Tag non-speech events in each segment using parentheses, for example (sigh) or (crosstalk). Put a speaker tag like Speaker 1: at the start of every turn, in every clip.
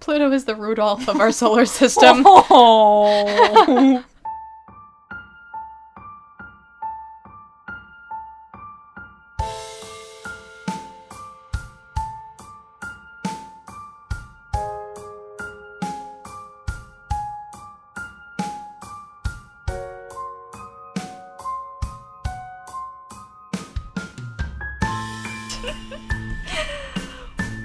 Speaker 1: Pluto is the Rudolph of our solar
Speaker 2: (laughs)
Speaker 1: system.
Speaker 2: Oh. (laughs)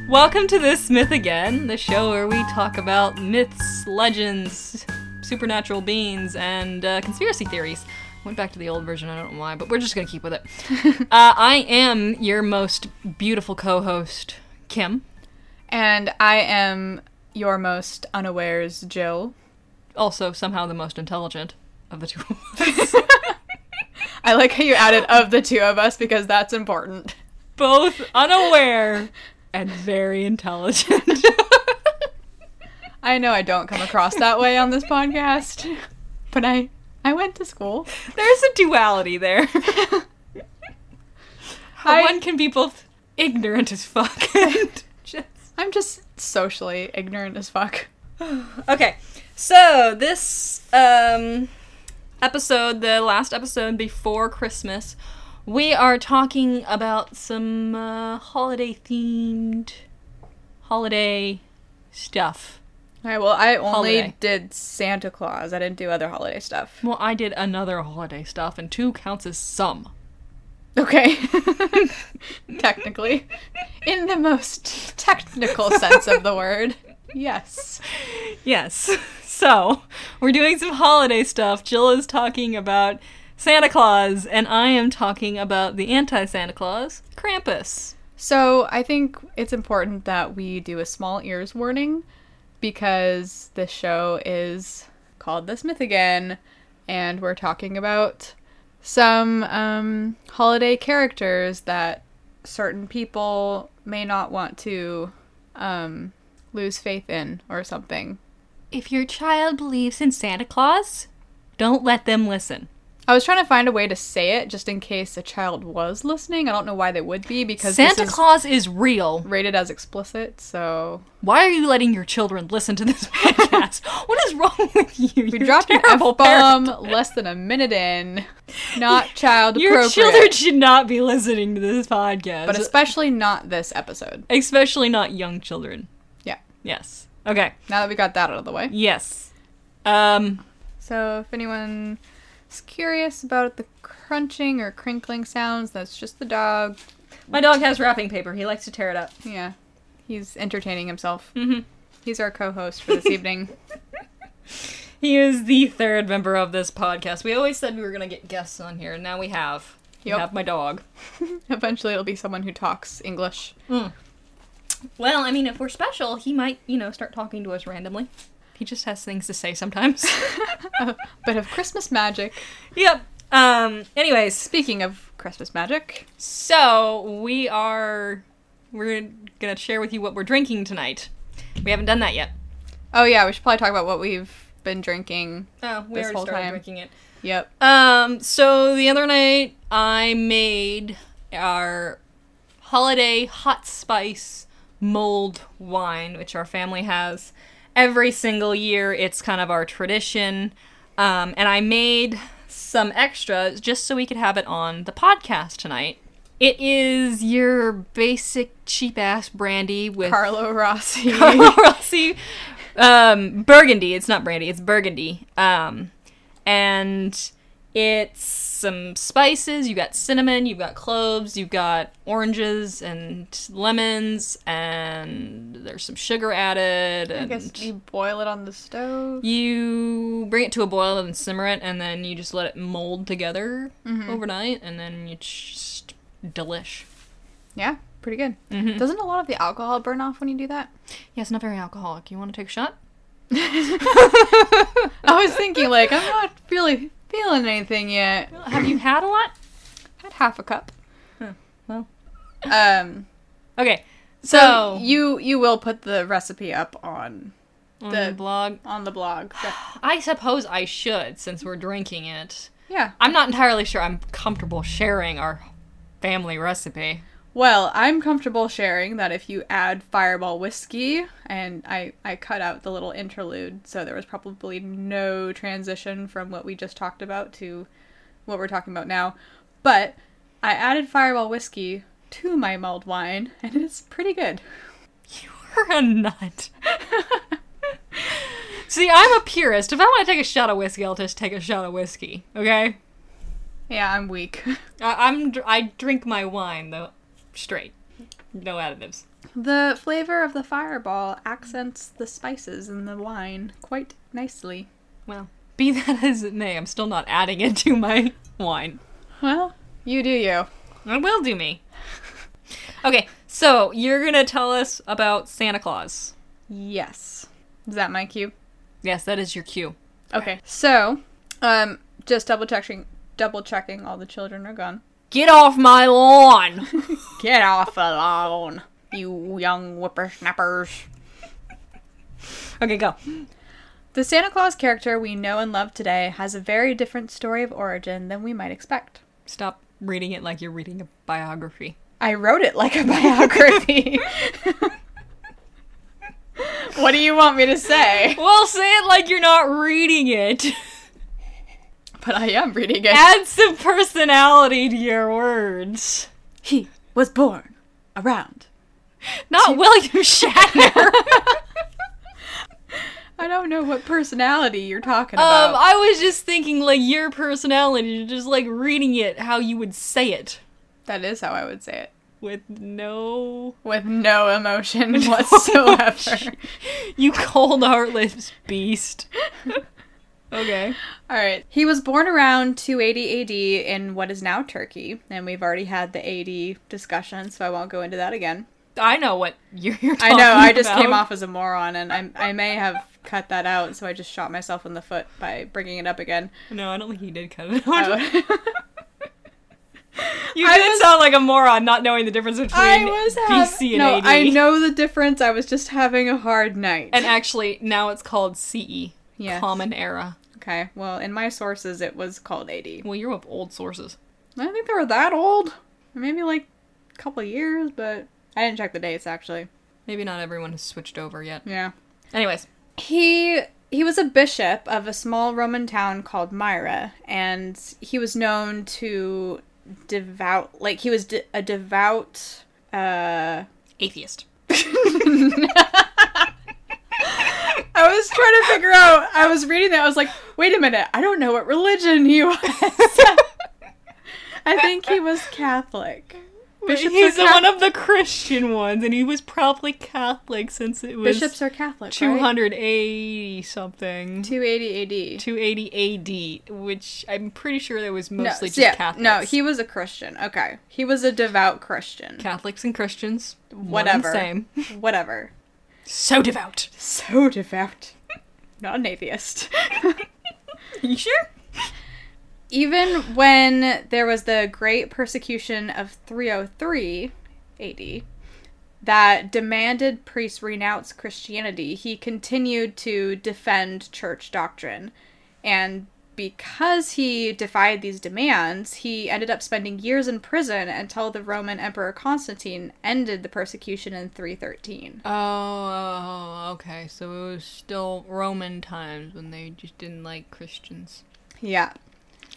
Speaker 2: Welcome to This Myth Again, the show where we talk about myths, legends, supernatural beings, and uh, conspiracy theories. Went back to the old version, I don't know why, but we're just gonna keep with it. uh, I am your most beautiful co host, Kim,
Speaker 1: and I am your most unawares, Jill.
Speaker 2: also somehow the most intelligent of the two of us.
Speaker 1: I like how you added of the two of us because that's important.
Speaker 2: Both unaware and very intelligent. (laughs)
Speaker 1: I know I don't come across that way on this podcast, but I I went to
Speaker 2: (laughs)
Speaker 1: school.
Speaker 2: There's a duality there.
Speaker 1: I-
Speaker 2: One can be both ignorant as (laughs) fuck and just.
Speaker 1: I'm just socially ignorant as fuck.
Speaker 2: Okay, so this um, episode, the last episode before Christmas, we are talking about some uh, holiday themed holiday stuff.
Speaker 1: All right, well, I only
Speaker 2: Holiday.
Speaker 1: did Santa Claus. I didn't do other holiday stuff.
Speaker 2: Well, I did another holiday stuff, and two counts as some.
Speaker 1: Okay. (laughs) Technically. In the most technical sense of the word. Yes.
Speaker 2: Yes. (laughs) So, we're doing some holiday stuff. Jill is talking about Santa Claus, and I am talking about the anti Santa Claus, Krampus.
Speaker 1: So I think it's important that we do a small ears warning because this show is called This Myth Again, and we're talking about some um, holiday characters that certain people may not want to um, lose faith in or something.
Speaker 2: If your child believes in Santa Claus, don't let them listen.
Speaker 1: I was trying to find a way to say it just in case a child was listening. I don't know why they would be because Santa
Speaker 2: Santa
Speaker 1: this is
Speaker 2: Claus is real.
Speaker 1: rated as explicit, so
Speaker 2: Why are you letting your children listen to this (laughs) podcast? what is wrong with you? (laughs)
Speaker 1: We dropped an F bomb less than a minute in. Not child
Speaker 2: Your
Speaker 1: appropriate,
Speaker 2: children should not be listening to this podcast,
Speaker 1: but especially not this episode.
Speaker 2: especially not young children.
Speaker 1: Yeah.
Speaker 2: Yes. Okay.
Speaker 1: Now that we got that out of the way,
Speaker 2: Yes. Um.
Speaker 1: so if anyone is curious about the crunching or crinkling sounds, that's just the dog.
Speaker 2: My dog has wrapping paper. He likes to tear it up.
Speaker 1: Yeah, he's entertaining himself.
Speaker 2: Mhm.
Speaker 1: He's our co-host for this
Speaker 2: (laughs)
Speaker 1: evening.
Speaker 2: He is the third member of this podcast. We always said we were gonna get guests on here, and now we have. We
Speaker 1: Yep.
Speaker 2: have my dog.
Speaker 1: Eventually, it'll be someone who talks English.
Speaker 2: Hmm. Well, I mean, if we're special, he might, you know, start talking to us randomly. He just has things to say (laughs) sometimes.
Speaker 1: (laughs) A bit of Christmas magic.
Speaker 2: yep. Um. Anyways,
Speaker 1: Speaking of Christmas magic,
Speaker 2: so we are we're gonna share with you what we're drinking tonight. We haven't done that yet.
Speaker 1: oh yeah, we should probably talk about what we've been drinking.
Speaker 2: Oh, we
Speaker 1: This
Speaker 2: already
Speaker 1: whole
Speaker 2: started
Speaker 1: time.
Speaker 2: drinking it.
Speaker 1: Yep.
Speaker 2: Um, so the other night I made our holiday hot spice mulled wine, which our family has every single year. It's kind of our tradition. Um, and I made some extras just so we could have it on the podcast tonight. It is your basic cheap ass brandy with
Speaker 1: Carlo Rossi.
Speaker 2: (laughs) Rossi um, Burgundy. It's not brandy. It's Burgundy. Um, and it's some spices. You got cinnamon. You've got cloves. You've got oranges and lemons. And there's some sugar added.
Speaker 1: I
Speaker 2: And
Speaker 1: guess you boil it on the stove.
Speaker 2: you bring it to a boil and simmer it, and then you just let it mold together overnight, and then you just delish.
Speaker 1: Yeah, pretty good. Doesn't a lot of the alcohol burn off when you do that?
Speaker 2: Yeah, it's not very alcoholic. You want to take a shot?
Speaker 1: I was thinking, like, I'm not really feeling anything yet.
Speaker 2: Have you had a (clears throat) lot?
Speaker 1: Had half a cup.
Speaker 2: Well,
Speaker 1: Um,
Speaker 2: okay.
Speaker 1: so
Speaker 2: So,
Speaker 1: you you will put the recipe up on
Speaker 2: on
Speaker 1: the-
Speaker 2: the blog.
Speaker 1: on the blog. but-
Speaker 2: I suppose I should since we're drinking it.
Speaker 1: yeah.
Speaker 2: I'm not entirely sure I'm comfortable sharing our family recipe. (laughs)
Speaker 1: Well, I'm comfortable sharing that if you add fireball whiskey, and I, I cut out the little interlude, so there was probably no transition from what we just talked about to what we're talking about now. But I added fireball whiskey to my mulled wine, and it's pretty good.
Speaker 2: You are a nut. (laughs) See, I'm a purist. If I want to take a shot of whiskey, I'll just take a shot of whiskey. Okay.
Speaker 1: Yeah, I'm weak. (laughs)
Speaker 2: I, I'm dr- I drink my wine though, straight, no additives.
Speaker 1: The flavor of the fireball accents the spices in the wine quite nicely.
Speaker 2: Well, be (laughs) that as it may, I'm still not adding it to my wine.
Speaker 1: Well, you do you.
Speaker 2: I will do me. (laughs) okay, so you're gonna tell us about Santa Claus.
Speaker 1: Yes. Is that my cue?
Speaker 2: Yes, that is your cue.
Speaker 1: Okay. So, um, just double checking, double checking all the children are gone.
Speaker 2: Get off my lawn! (laughs)
Speaker 1: Get off alone, you young whippersnappers.
Speaker 2: okay, go.
Speaker 1: The Santa Claus character we know and love today has a very different story of origin than we might expect.
Speaker 2: Stop reading it like you're reading a biography.
Speaker 1: I wrote it like a (laughs) biography. what do you want me to say?
Speaker 2: Well, say it like you're not reading it. (laughs)
Speaker 1: But I am reading it.
Speaker 2: Add some personality to your words.
Speaker 1: He was born around.
Speaker 2: Not William (laughs) Shatner.
Speaker 1: I don't know what personality you're talking
Speaker 2: Um,
Speaker 1: (laughs) about.
Speaker 2: I was just thinking, like, your personality, you're just like reading it how you would say it
Speaker 1: that is how I would say it.
Speaker 2: with no.
Speaker 1: With no emotion whatsoever.
Speaker 2: You cold heartless beast. okay.
Speaker 1: (laughs) All right. He was born around 280 AD in what is now Turkey, and we've already had the AD discussion, so I won't go into that again.
Speaker 2: I know what you're, you're
Speaker 1: I
Speaker 2: talking
Speaker 1: know. I just came
Speaker 2: about.
Speaker 1: off as a moron, and I I may have cut that out, so I just shot myself in the foot by bringing it up again. Oh.
Speaker 2: No, I don't think he did cut
Speaker 1: (laughs)
Speaker 2: it out.
Speaker 1: I
Speaker 2: You
Speaker 1: I
Speaker 2: did
Speaker 1: was-
Speaker 2: sound like a moron not knowing the difference between
Speaker 1: was
Speaker 2: BC
Speaker 1: having
Speaker 2: and
Speaker 1: no.
Speaker 2: AD.
Speaker 1: I know the difference. I was just having a hard night.
Speaker 2: And actually, now it's called CE.
Speaker 1: Yes.
Speaker 2: Common Era.
Speaker 1: okay. Well, in my sources, it was called AD. I
Speaker 2: Well, you're of old sources.
Speaker 1: don't think they were that old. Maybe like a couple of years, but I didn't check the dates actually.
Speaker 2: Maybe not everyone has switched over yet.
Speaker 1: Yeah.
Speaker 2: Anyways,
Speaker 1: He he was a bishop of a small Roman town called Myra, and he was known to devout like he was de- a devout uh (laughs)
Speaker 2: atheist.
Speaker 1: I was trying to figure out I was reading that I was like, "Wait a minute, I don't know what religion he (laughs) was." I think he was Catholic. Bishops
Speaker 2: He's
Speaker 1: are Cath-
Speaker 2: one of the Christian ones, and he was probably Catholic since it was
Speaker 1: Bishops are Catholic, right?
Speaker 2: 280 something.
Speaker 1: 280 AD.
Speaker 2: 280 AD, which I'm pretty sure that was
Speaker 1: No,
Speaker 2: mostly just
Speaker 1: yeah,
Speaker 2: Catholics.
Speaker 1: no, he was a Christian. Okay. He was a devout Christian.
Speaker 2: Catholics and Christians, one and
Speaker 1: Whatever.
Speaker 2: same. (laughs)
Speaker 1: Whatever.
Speaker 2: So devout.
Speaker 1: So devout. (laughs) Not an atheist. (laughs)
Speaker 2: You sure?
Speaker 1: Even when there was the great persecution of 303 AD that demanded priests renounce Christianity, he continued to defend church doctrine. And because he defied these demands, he ended up spending years in prison until the Roman Emperor Constantine ended the persecution in 313.
Speaker 2: Oh, okay. So it was still Roman times when they just didn't like Christians.
Speaker 1: Yeah.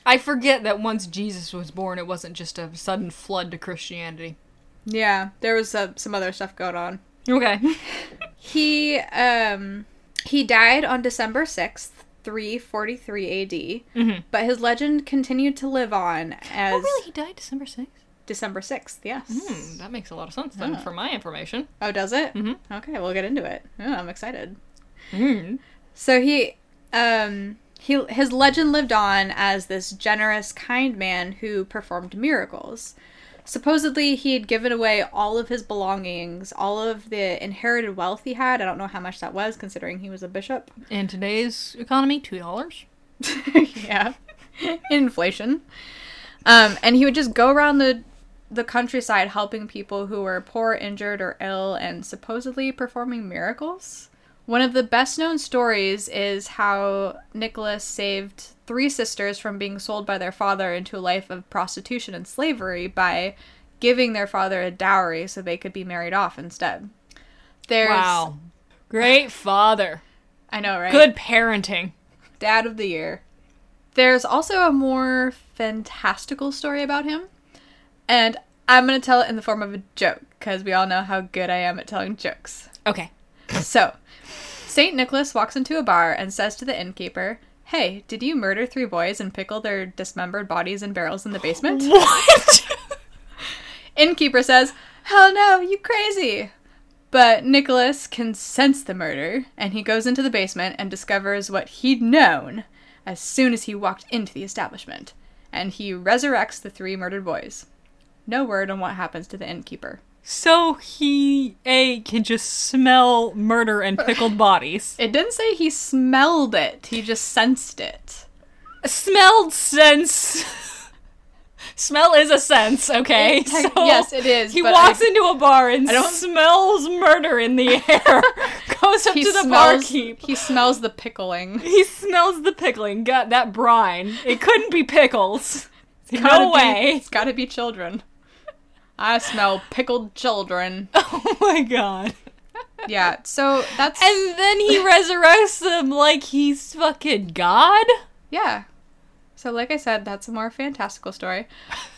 Speaker 2: I forget that once Jesus was born, it wasn't just a sudden flood to Christianity.
Speaker 1: Yeah, there was uh, some other stuff going on.
Speaker 2: (laughs) Okay. Oh,
Speaker 1: He um he died on December 6th, 343 AD, but his legend continued to live on as
Speaker 2: Mm-hmm. Oh, really? He died December 6th?
Speaker 1: December 6th. Yes.
Speaker 2: Hmm, that makes a lot of sense then, for my information.
Speaker 1: Oh, does it? Mm-hmm. Okay, we'll get into it. Oh, I'm excited.
Speaker 2: Mm.
Speaker 1: So he um he his legend lived on as this generous kind man who performed miracles. Supposedly he had given away all of his belongings, all of the inherited wealth he had. I don't know how much that was considering he was a bishop.
Speaker 2: In today's economy, $2.
Speaker 1: (laughs) yeah. Inflation. Um, and he would just go around the the countryside helping people who were poor, injured, or ill, and supposedly performing miracles. One of the best known stories is how Nicholas saved three sisters from being sold by their father into a life of prostitution and slavery by giving their father a dowry so they could be married off instead. There's
Speaker 2: Wow. Great father.
Speaker 1: I know, right?
Speaker 2: Good parenting.
Speaker 1: dad of the year. There's also a more fantastical story about him, and I'm going to tell it in the form of a joke because we all know how good I am at telling jokes.
Speaker 2: Okay.
Speaker 1: So, St. Nicholas walks into a bar and says to the innkeeper, Hey, did you murder three boys and pickle their dismembered bodies in barrels in the basement?
Speaker 2: What? (laughs)
Speaker 1: Innkeeper says, Hell no, you crazy! But Nicholas can sense the murder, and he goes into the basement and discovers what he'd known as soon as he walked into the establishment. And he resurrects the three murdered boys. No word on what happens to the innkeeper.
Speaker 2: so he A can just smell murder and pickled bodies.
Speaker 1: It didn't say he smelled it, he just sensed it.
Speaker 2: Smelled sense. Smell is a sense, okay?
Speaker 1: It tec- yes, it is,
Speaker 2: He
Speaker 1: but
Speaker 2: walks
Speaker 1: I-
Speaker 2: into a bar and
Speaker 1: don't-
Speaker 2: smells murder
Speaker 1: (laughs)
Speaker 2: in the air. Goes up
Speaker 1: He
Speaker 2: to the
Speaker 1: smells,
Speaker 2: barkeep.
Speaker 1: He smells the pickling.
Speaker 2: He smells the pickling. God, that brine. It couldn't be pickles.
Speaker 1: Gotta
Speaker 2: No
Speaker 1: be-
Speaker 2: way.
Speaker 1: (laughs) it's gotta be children. I smell pickled children.
Speaker 2: Oh my god.
Speaker 1: Yeah, so that's.
Speaker 2: And then he resurrects them like he's fucking God?
Speaker 1: Yeah. So like I said, that's a more fantastical story.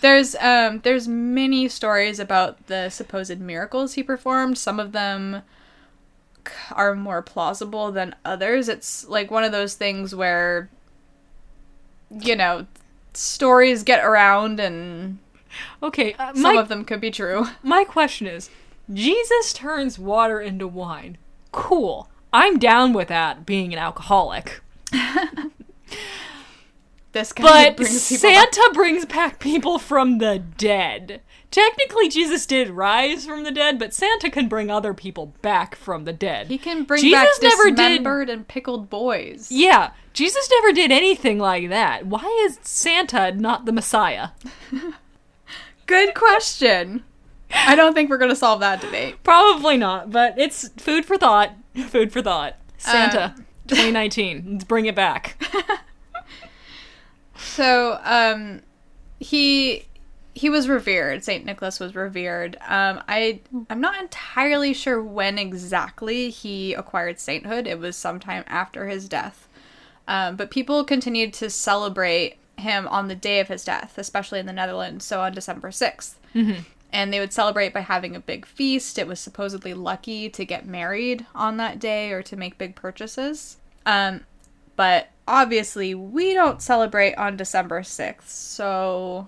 Speaker 1: There's um there's many stories about the supposed miracles he performed. Some of them k- are more plausible than others. It's like one of those things where you know, stories get around and
Speaker 2: Okay, uh,
Speaker 1: some
Speaker 2: my,
Speaker 1: of them could be true. (laughs)
Speaker 2: my question is Jesus turns water into wine. Cool. I'm down with that being an alcoholic.
Speaker 1: This kind of
Speaker 2: But
Speaker 1: brings people back-
Speaker 2: Santa brings back people from the dead. Technically, Jesus did rise from the dead, but Santa can bring other people back from the dead.
Speaker 1: he can bring
Speaker 2: Jesus
Speaker 1: back
Speaker 2: never did-
Speaker 1: dismembered and pickled boys.
Speaker 2: Yeah, Jesus never did anything like that. Why is Santa not the Messiah?
Speaker 1: Good question. I don't think we're going to solve that debate.
Speaker 2: Probably not, but it's food for thought. (laughs) Food for thought. Santa,
Speaker 1: Uh, (laughs)
Speaker 2: 2019. Let's bring it back.
Speaker 1: So um, he he was revered. Saint Nicholas was revered. Um, I I'm not entirely sure when exactly he acquired sainthood. It was sometime after his death, um, but people continued to celebrate him on the day of his death, especially in the Netherlands. So on December 6th And they would celebrate by having a big feast. It was supposedly lucky to get married on that day or to make big purchases. Um, but obviously we don't celebrate on December 6th, so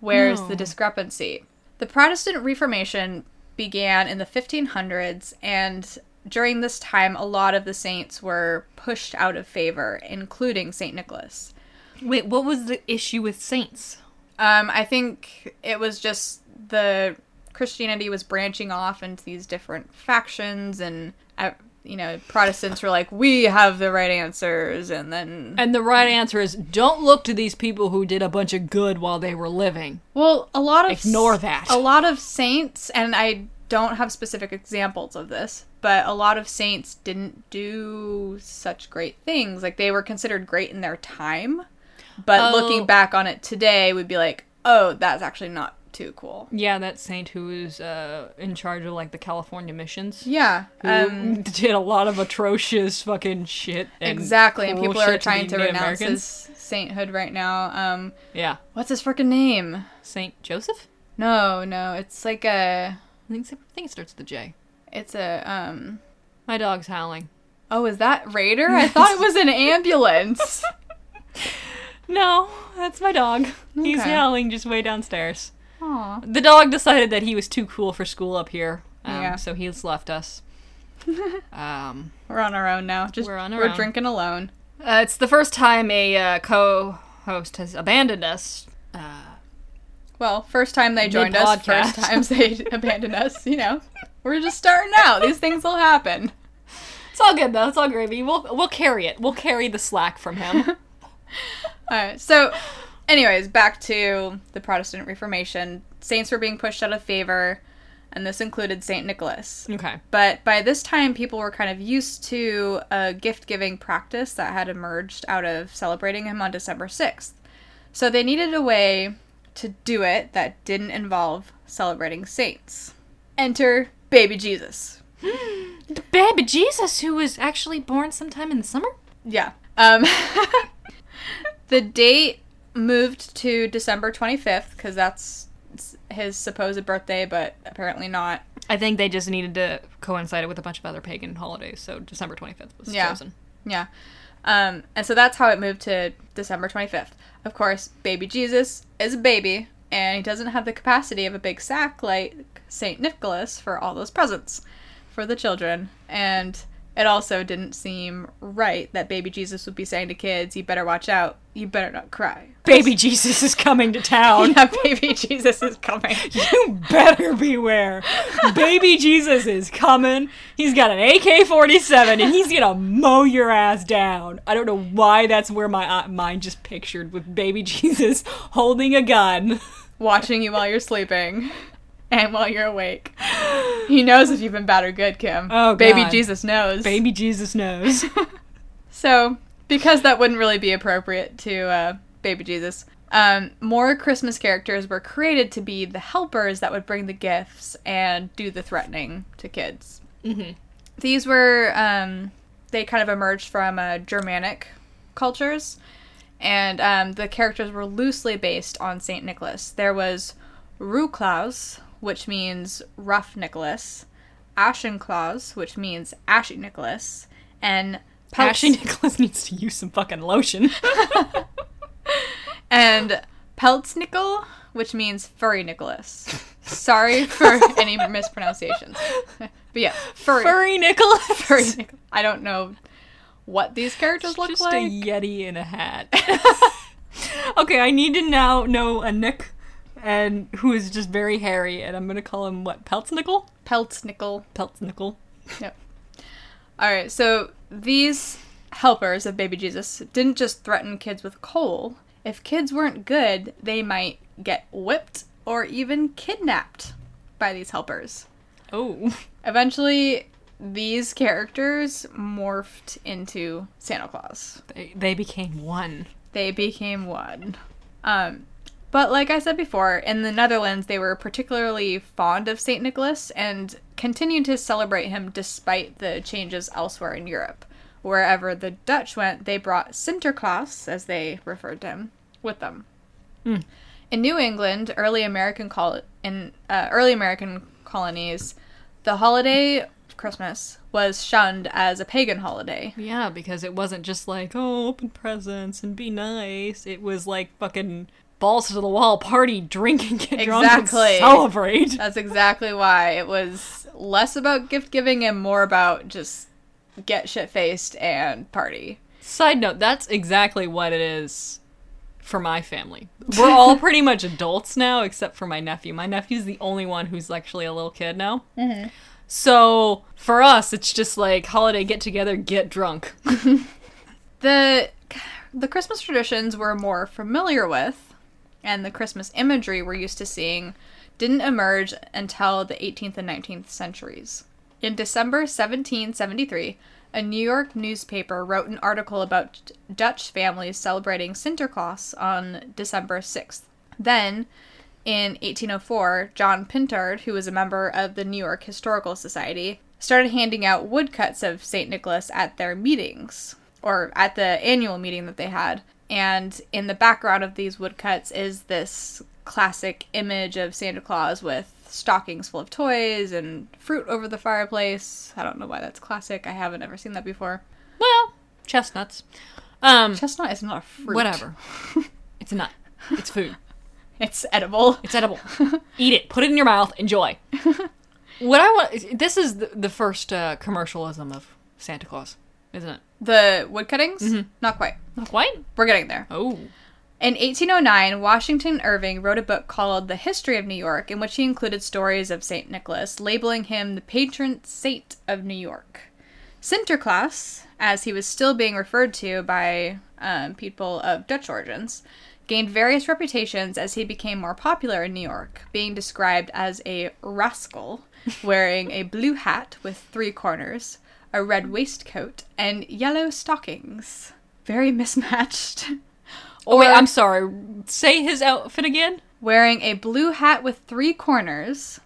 Speaker 1: where's
Speaker 2: No.
Speaker 1: the discrepancy? The Protestant Reformation began in the 1500s, and during this time, a lot of the saints were pushed out of favor, including St. Nicholas.
Speaker 2: Wait, what was the issue with saints?
Speaker 1: Um, I think it was just the Christianity was branching off into these different factions, and uh, you know, Protestants were like, "We have the right answers," and then
Speaker 2: And the right answer is don't look to these people who did a bunch of good while they were living.
Speaker 1: Well, a lot of
Speaker 2: Ignore that.
Speaker 1: A lot of saints, and I don't have specific examples of this, but a lot of saints didn't do such great things. Like they were considered great in their time, but
Speaker 2: Oh.
Speaker 1: looking back on it today, we'd be like, "Oh, that's actually not too cool."
Speaker 2: Yeah, that saint who was uh, in charge of like the California missions.
Speaker 1: Yeah, um,
Speaker 2: Um, (laughs) did a lot of atrocious fucking shit. And
Speaker 1: exactly. And
Speaker 2: cruel
Speaker 1: people are
Speaker 2: shit
Speaker 1: trying to
Speaker 2: the Native
Speaker 1: renounce his
Speaker 2: Americans.
Speaker 1: sainthood right now. Um,
Speaker 2: Yeah,
Speaker 1: what's his freaking name?
Speaker 2: Saint Joseph.
Speaker 1: No, no, it's like a,
Speaker 2: I think, I think it starts with a J.
Speaker 1: it's a um.
Speaker 2: My dog's howling.
Speaker 1: Oh, is that Raider? I thought it was an
Speaker 2: (laughs)
Speaker 1: ambulance.
Speaker 2: No, that's my dog. He's
Speaker 1: Okay.
Speaker 2: howling just way downstairs.
Speaker 1: Aw.
Speaker 2: The dog decided that he was too cool for school up here, um,
Speaker 1: Yeah.
Speaker 2: so he's left (laughs) us. um,
Speaker 1: We're on our own now. Just
Speaker 2: We're
Speaker 1: we're,
Speaker 2: on our own.
Speaker 1: drinking alone.
Speaker 2: uh, it's the first time a uh, co-host has abandoned us. Uh,
Speaker 1: Well, first time they joined us,
Speaker 2: Mid-podcast.
Speaker 1: first (laughs) times they
Speaker 2: (laughs)
Speaker 1: abandoned us. You know, we're just starting out. These things will happen.
Speaker 2: it's all good though. It's all gravy. We'll we'll carry it. We'll carry the slack from (laughs) him.
Speaker 1: All right. So, anyways, back to the Protestant Reformation. Saints were being pushed out of favor, and this included Saint Nicholas.
Speaker 2: okay.
Speaker 1: But by this time, people were kind of used to a gift giving practice that had emerged out of celebrating him on December 6th. So they needed a way to do it that didn't involve celebrating saints. Enter baby Jesus.
Speaker 2: The baby Jesus, who was actually born sometime in the summer?
Speaker 1: Yeah. Um, (laughs) the date moved to December 25th because that's his supposed birthday, but apparently not.
Speaker 2: I think they just needed to coincide it with a bunch of other pagan holidays, so December 25th was
Speaker 1: Yeah.
Speaker 2: chosen.
Speaker 1: Yeah. Um, and so that's how it moved to December 25th. Of course, baby Jesus is a baby, and he doesn't have the capacity of a big sack like St. Nicholas for all those presents for the children. And it also didn't seem right that baby Jesus would be saying to kids, You better watch out, you better not cry. (laughs)
Speaker 2: Baby Jesus is coming to town.
Speaker 1: Yeah, baby (laughs) Jesus is coming.
Speaker 2: (laughs) You better beware. Baby Jesus is coming. He's got an AK 47 and he's gonna mow your ass down. I don't know why that's where my uh, mind just pictured with baby Jesus holding a gun. (laughs)
Speaker 1: Watching you while you're sleeping (laughs) and while you're awake. He knows if you've been bad or good, Kim.
Speaker 2: Oh,
Speaker 1: Baby
Speaker 2: God.
Speaker 1: Jesus knows.
Speaker 2: Baby Jesus (laughs) knows.
Speaker 1: So, because that wouldn't really be appropriate to uh, Baby Jesus, um, more Christmas characters were created to be the helpers that would bring the gifts and do the threatening to kids. Mm-hmm. These were, um, they kind of emerged from uh, Germanic cultures, and um, the characters were loosely based on St. Nicholas. There was Ruklaus, which means rough Nicholas, Ashenklaus, which means ashy Nicholas, and Pelz-
Speaker 2: Ashley Nicholas needs to use some fucking (laughs) lotion.
Speaker 1: and Peltznickel, which means furry Nicholas. Sorry for any mispronunciations. But yeah, furry.
Speaker 2: (laughs) Furry Nicholas.
Speaker 1: furry Nicholas. I don't know what these characters look
Speaker 2: just
Speaker 1: like.
Speaker 2: a yeti in a hat. (laughs) okay, I need to now know a Nick, and who is just very hairy, and I'm gonna call him what? Peltznickel?
Speaker 1: Peltznickel.
Speaker 2: Peltznickel.
Speaker 1: Yep. All right, so these helpers of baby Jesus didn't just threaten kids with coal. If kids weren't good, they might get whipped or even kidnapped by these helpers.
Speaker 2: Oh,
Speaker 1: Eventually, these characters morphed into Santa Claus.
Speaker 2: they, they became one.
Speaker 1: They became one. Um, but like I said before, in the Netherlands, they were particularly fond of St. Nicholas and continued to celebrate him despite the changes elsewhere in Europe. Wherever the Dutch went, they brought Sinterklaas, as they referred to him, with them. In New England, early American col- in uh, early American colonies, the holiday of Christmas was shunned as a pagan holiday.
Speaker 2: Yeah, because it wasn't just like oh, open presents and be nice. It was like fucking balls to the wall party, drink and get drunk and
Speaker 1: Exactly.
Speaker 2: celebrate.
Speaker 1: That's exactly why it was less about gift giving and more about just get shit faced and party.
Speaker 2: Side note, that's exactly what it is for my family. We're (laughs) all pretty much adults now, except for my nephew. My nephew's the only one who's actually a little kid now. So for us, it's just like holiday get together, get drunk. (laughs)
Speaker 1: The the Christmas traditions we're more familiar with and the Christmas imagery we're used to seeing didn't emerge until the 18th and 19th centuries. In December 1773, a New York newspaper wrote an article about D- Dutch families celebrating Sinterklaas on December 6th. Then, in 1804, John Pintard, who was a member of the New York Historical Society, started handing out woodcuts of St. Nicholas at their meetings, or at the annual meeting that they had. And in the background of these woodcuts is this classic image of Santa Claus with stockings full of toys and fruit over the fireplace. I don't know why that's classic. I haven't ever seen that before.
Speaker 2: Well, chestnuts. Um,
Speaker 1: Chestnut is not a fruit.
Speaker 2: whatever. (laughs) it's a nut. It's food.
Speaker 1: It's edible.
Speaker 2: It's edible. Eat it. Put it in your mouth. (laughs) Enjoy. what I want. This is the, the first uh, commercialism of Santa Claus, isn't it?
Speaker 1: The woodcuttings? Not quite.
Speaker 2: Not quite.
Speaker 1: We're getting there.
Speaker 2: Oh.
Speaker 1: In 1809, Washington Irving wrote a book called The History of New York, in which he included stories of St. Nicholas, labeling him the patron saint of New York. Sinterklaas, as he was still being referred to by um, people of Dutch origins, gained various reputations as he became more popular in New York, being described as a rascal (laughs) wearing a blue hat with three corners, a red waistcoat, and yellow stockings. Very mismatched. (laughs)
Speaker 2: Oh wait,
Speaker 1: Or-
Speaker 2: I'm sorry. Say his outfit again.
Speaker 1: wearing a blue hat with three corners,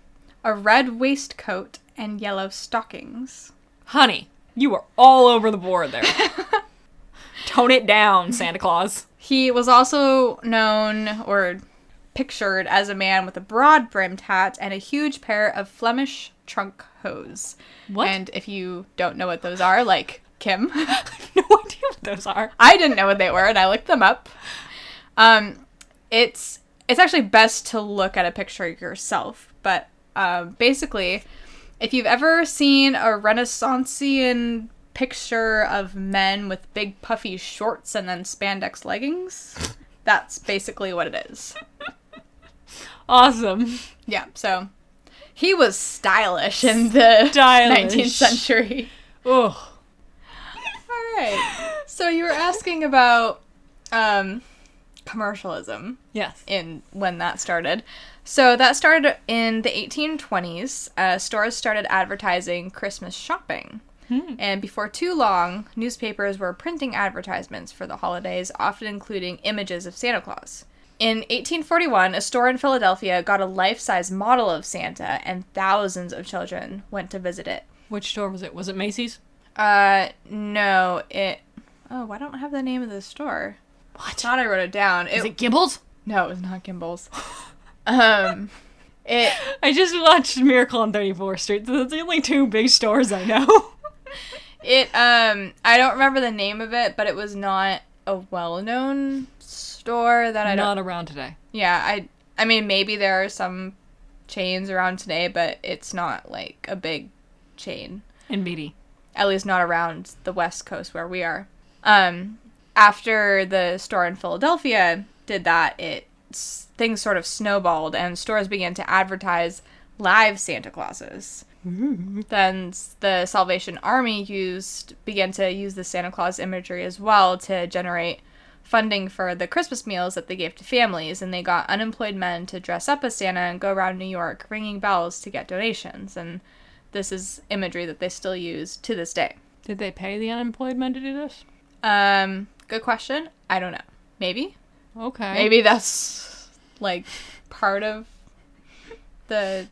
Speaker 1: a red waistcoat, and yellow stockings.
Speaker 2: Honey, you were all over the board there. (laughs) Tone it down, Santa Claus.
Speaker 1: He was also known or pictured as a man with a broad brimmed hat and a huge pair of Flemish trunk hose.
Speaker 2: What?
Speaker 1: And if you don't know what those are, like Kim,
Speaker 2: (laughs)
Speaker 1: (laughs)
Speaker 2: no idea what those are.
Speaker 1: I didn't know what they were and I looked them up. Um, it's it's actually best to look at a picture yourself, but um, basically, if you've ever seen a Renaissanceian picture of men with big puffy shorts and then spandex leggings, that's basically what it is.
Speaker 2: Awesome.
Speaker 1: Yeah, so he was stylish in the
Speaker 2: Stylish.
Speaker 1: 19th century.
Speaker 2: Oh,
Speaker 1: All right. So you were asking about um, commercialism
Speaker 2: yes.
Speaker 1: in when that started. So that started in the 1820s. Uh, stores started advertising Christmas shopping.
Speaker 2: Hmm.
Speaker 1: And before too long, newspapers were printing advertisements for the holidays, often including images of Santa Claus. In 1841, a store in Philadelphia got a life size model of Santa, and thousands of children went to visit it.
Speaker 2: Which store was it? Was it Macy's?
Speaker 1: Uh, no, it. Oh, why don't I have the name of the store?
Speaker 2: What?
Speaker 1: Thought I wrote it down.
Speaker 2: Is
Speaker 1: It,
Speaker 2: it Gimbals?
Speaker 1: no, it was not Gimbals. um, it
Speaker 2: I just watched Miracle on 34th Street. So that's the only two big stores I know.
Speaker 1: it um I don't remember the name of it, but it was not a well-known store that I don't.
Speaker 2: (laughs) Not around today.
Speaker 1: Yeah, I I mean maybe there are some chains around today, but it's not like a big chain.
Speaker 2: In Beatty.
Speaker 1: at least not around the west coast where we are um after the store in philadelphia did that it s- things sort of snowballed and stores began to advertise live santa clauses then s- the salvation army used began to use the santa claus imagery as well to generate funding for the christmas meals that they gave to families and they got unemployed men to dress up as santa and go around new york ringing bells to get donations and this is imagery that they still use to this day.
Speaker 2: Did they pay the unemployed men to do this?
Speaker 1: Um, good question. I don't know. Maybe.
Speaker 2: Okay.
Speaker 1: Maybe that's like part of the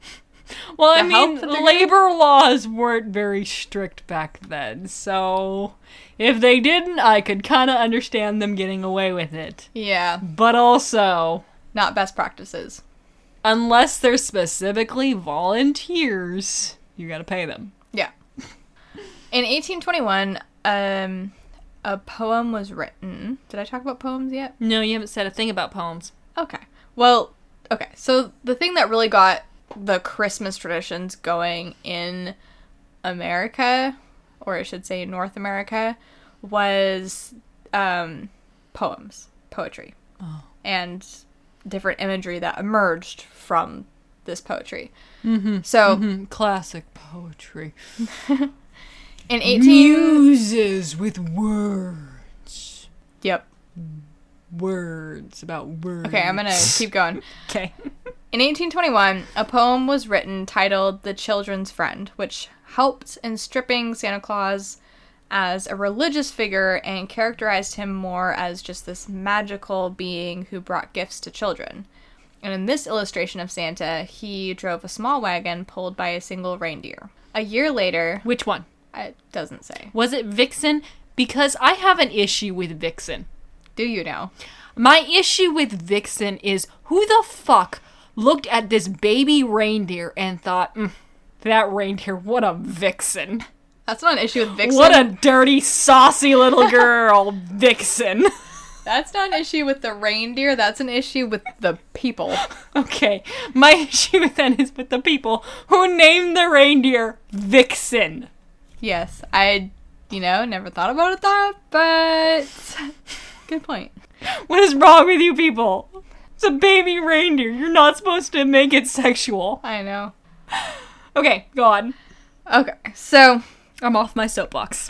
Speaker 2: Well, I
Speaker 1: the help
Speaker 2: mean,
Speaker 1: that they're
Speaker 2: labor laws weren't very strict back then, so if they didn't, I could kind of understand them getting away with it.
Speaker 1: yeah,
Speaker 2: But also,
Speaker 1: not best practices.
Speaker 2: unless they're specifically volunteers, you gotta pay them.
Speaker 1: Yeah. In 1821, um, a poem was written. Did I talk about poems yet?
Speaker 2: No, you haven't said a thing about poems.
Speaker 1: Okay. Well, okay. So the thing that really got the Christmas traditions going in America, or I should say North America, was um, poems, poetry, and different imagery that emerged from this poetry. Mm-hmm. So
Speaker 2: Hmm, Classic poetry.
Speaker 1: in 18.
Speaker 2: Muses with words.
Speaker 1: yep.
Speaker 2: Words about words.
Speaker 1: Okay, I'm gonna keep going.
Speaker 2: Okay.
Speaker 1: In 1821, a poem was written titled The Children's Friend, which helped in stripping Santa Claus as a religious figure and characterized him more as just this magical being who brought gifts to children. And in this illustration of Santa, he drove a small wagon pulled by a single reindeer. A year later,
Speaker 2: Which one?
Speaker 1: it doesn't say.
Speaker 2: Was it Vixen? Because I have an issue with Vixen.
Speaker 1: Do you know?
Speaker 2: My issue with Vixen is who the fuck looked at this baby reindeer and thought, mm, that reindeer, what a vixen.
Speaker 1: That's not an issue with Vixen.
Speaker 2: What a dirty, saucy little girl, Vixen. (laughs)
Speaker 1: That's not an issue with the reindeer. That's an issue with the people.
Speaker 2: Okay, my (laughs) issue with that is with the people who named the reindeer Vixen.
Speaker 1: Yes, I, you know, never thought about it that, but good point.
Speaker 2: What is wrong with you people? It's a baby reindeer. You're not supposed to make it sexual.
Speaker 1: I know.
Speaker 2: Okay, go on.
Speaker 1: Okay, so
Speaker 2: I'm off my soapbox.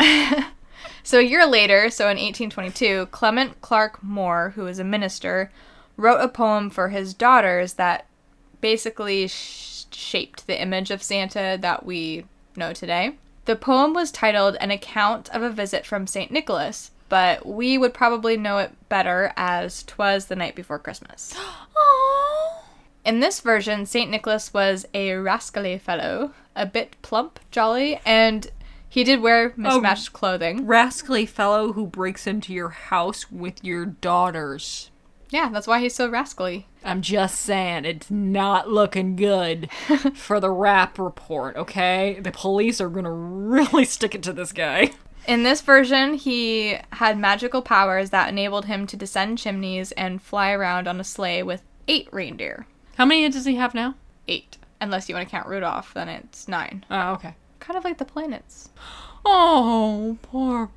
Speaker 2: (laughs)
Speaker 1: so a year later, so in 1822, Clement Clark Moore, who was a minister, wrote a poem for his daughters that basically sh- shaped the image of Santa that we know today. The poem was titled An Account of a Visit from St. Nicholas, but we would probably know it better as Twas the Night Before Christmas.
Speaker 2: Aww.
Speaker 1: In this version, St. Nicholas was a rascally fellow, a bit plump, jolly, and he did wear mismatched clothing.
Speaker 2: Rascally fellow who breaks into your house with your daughters.
Speaker 1: Yeah, that's why he's so rascally.
Speaker 2: I'm just saying, it's not looking (laughs) good for the rap report, okay? The police are gonna really stick it to this guy.
Speaker 1: In this version, he had magical powers that enabled him to descend chimneys and fly around on a sleigh with eight reindeer.
Speaker 2: How many does he have now?
Speaker 1: Eight. Unless you want to count Rudolph, then it's nine.
Speaker 2: Oh, okay.
Speaker 1: Kind of like the planets. (laughs)
Speaker 2: Oh, poor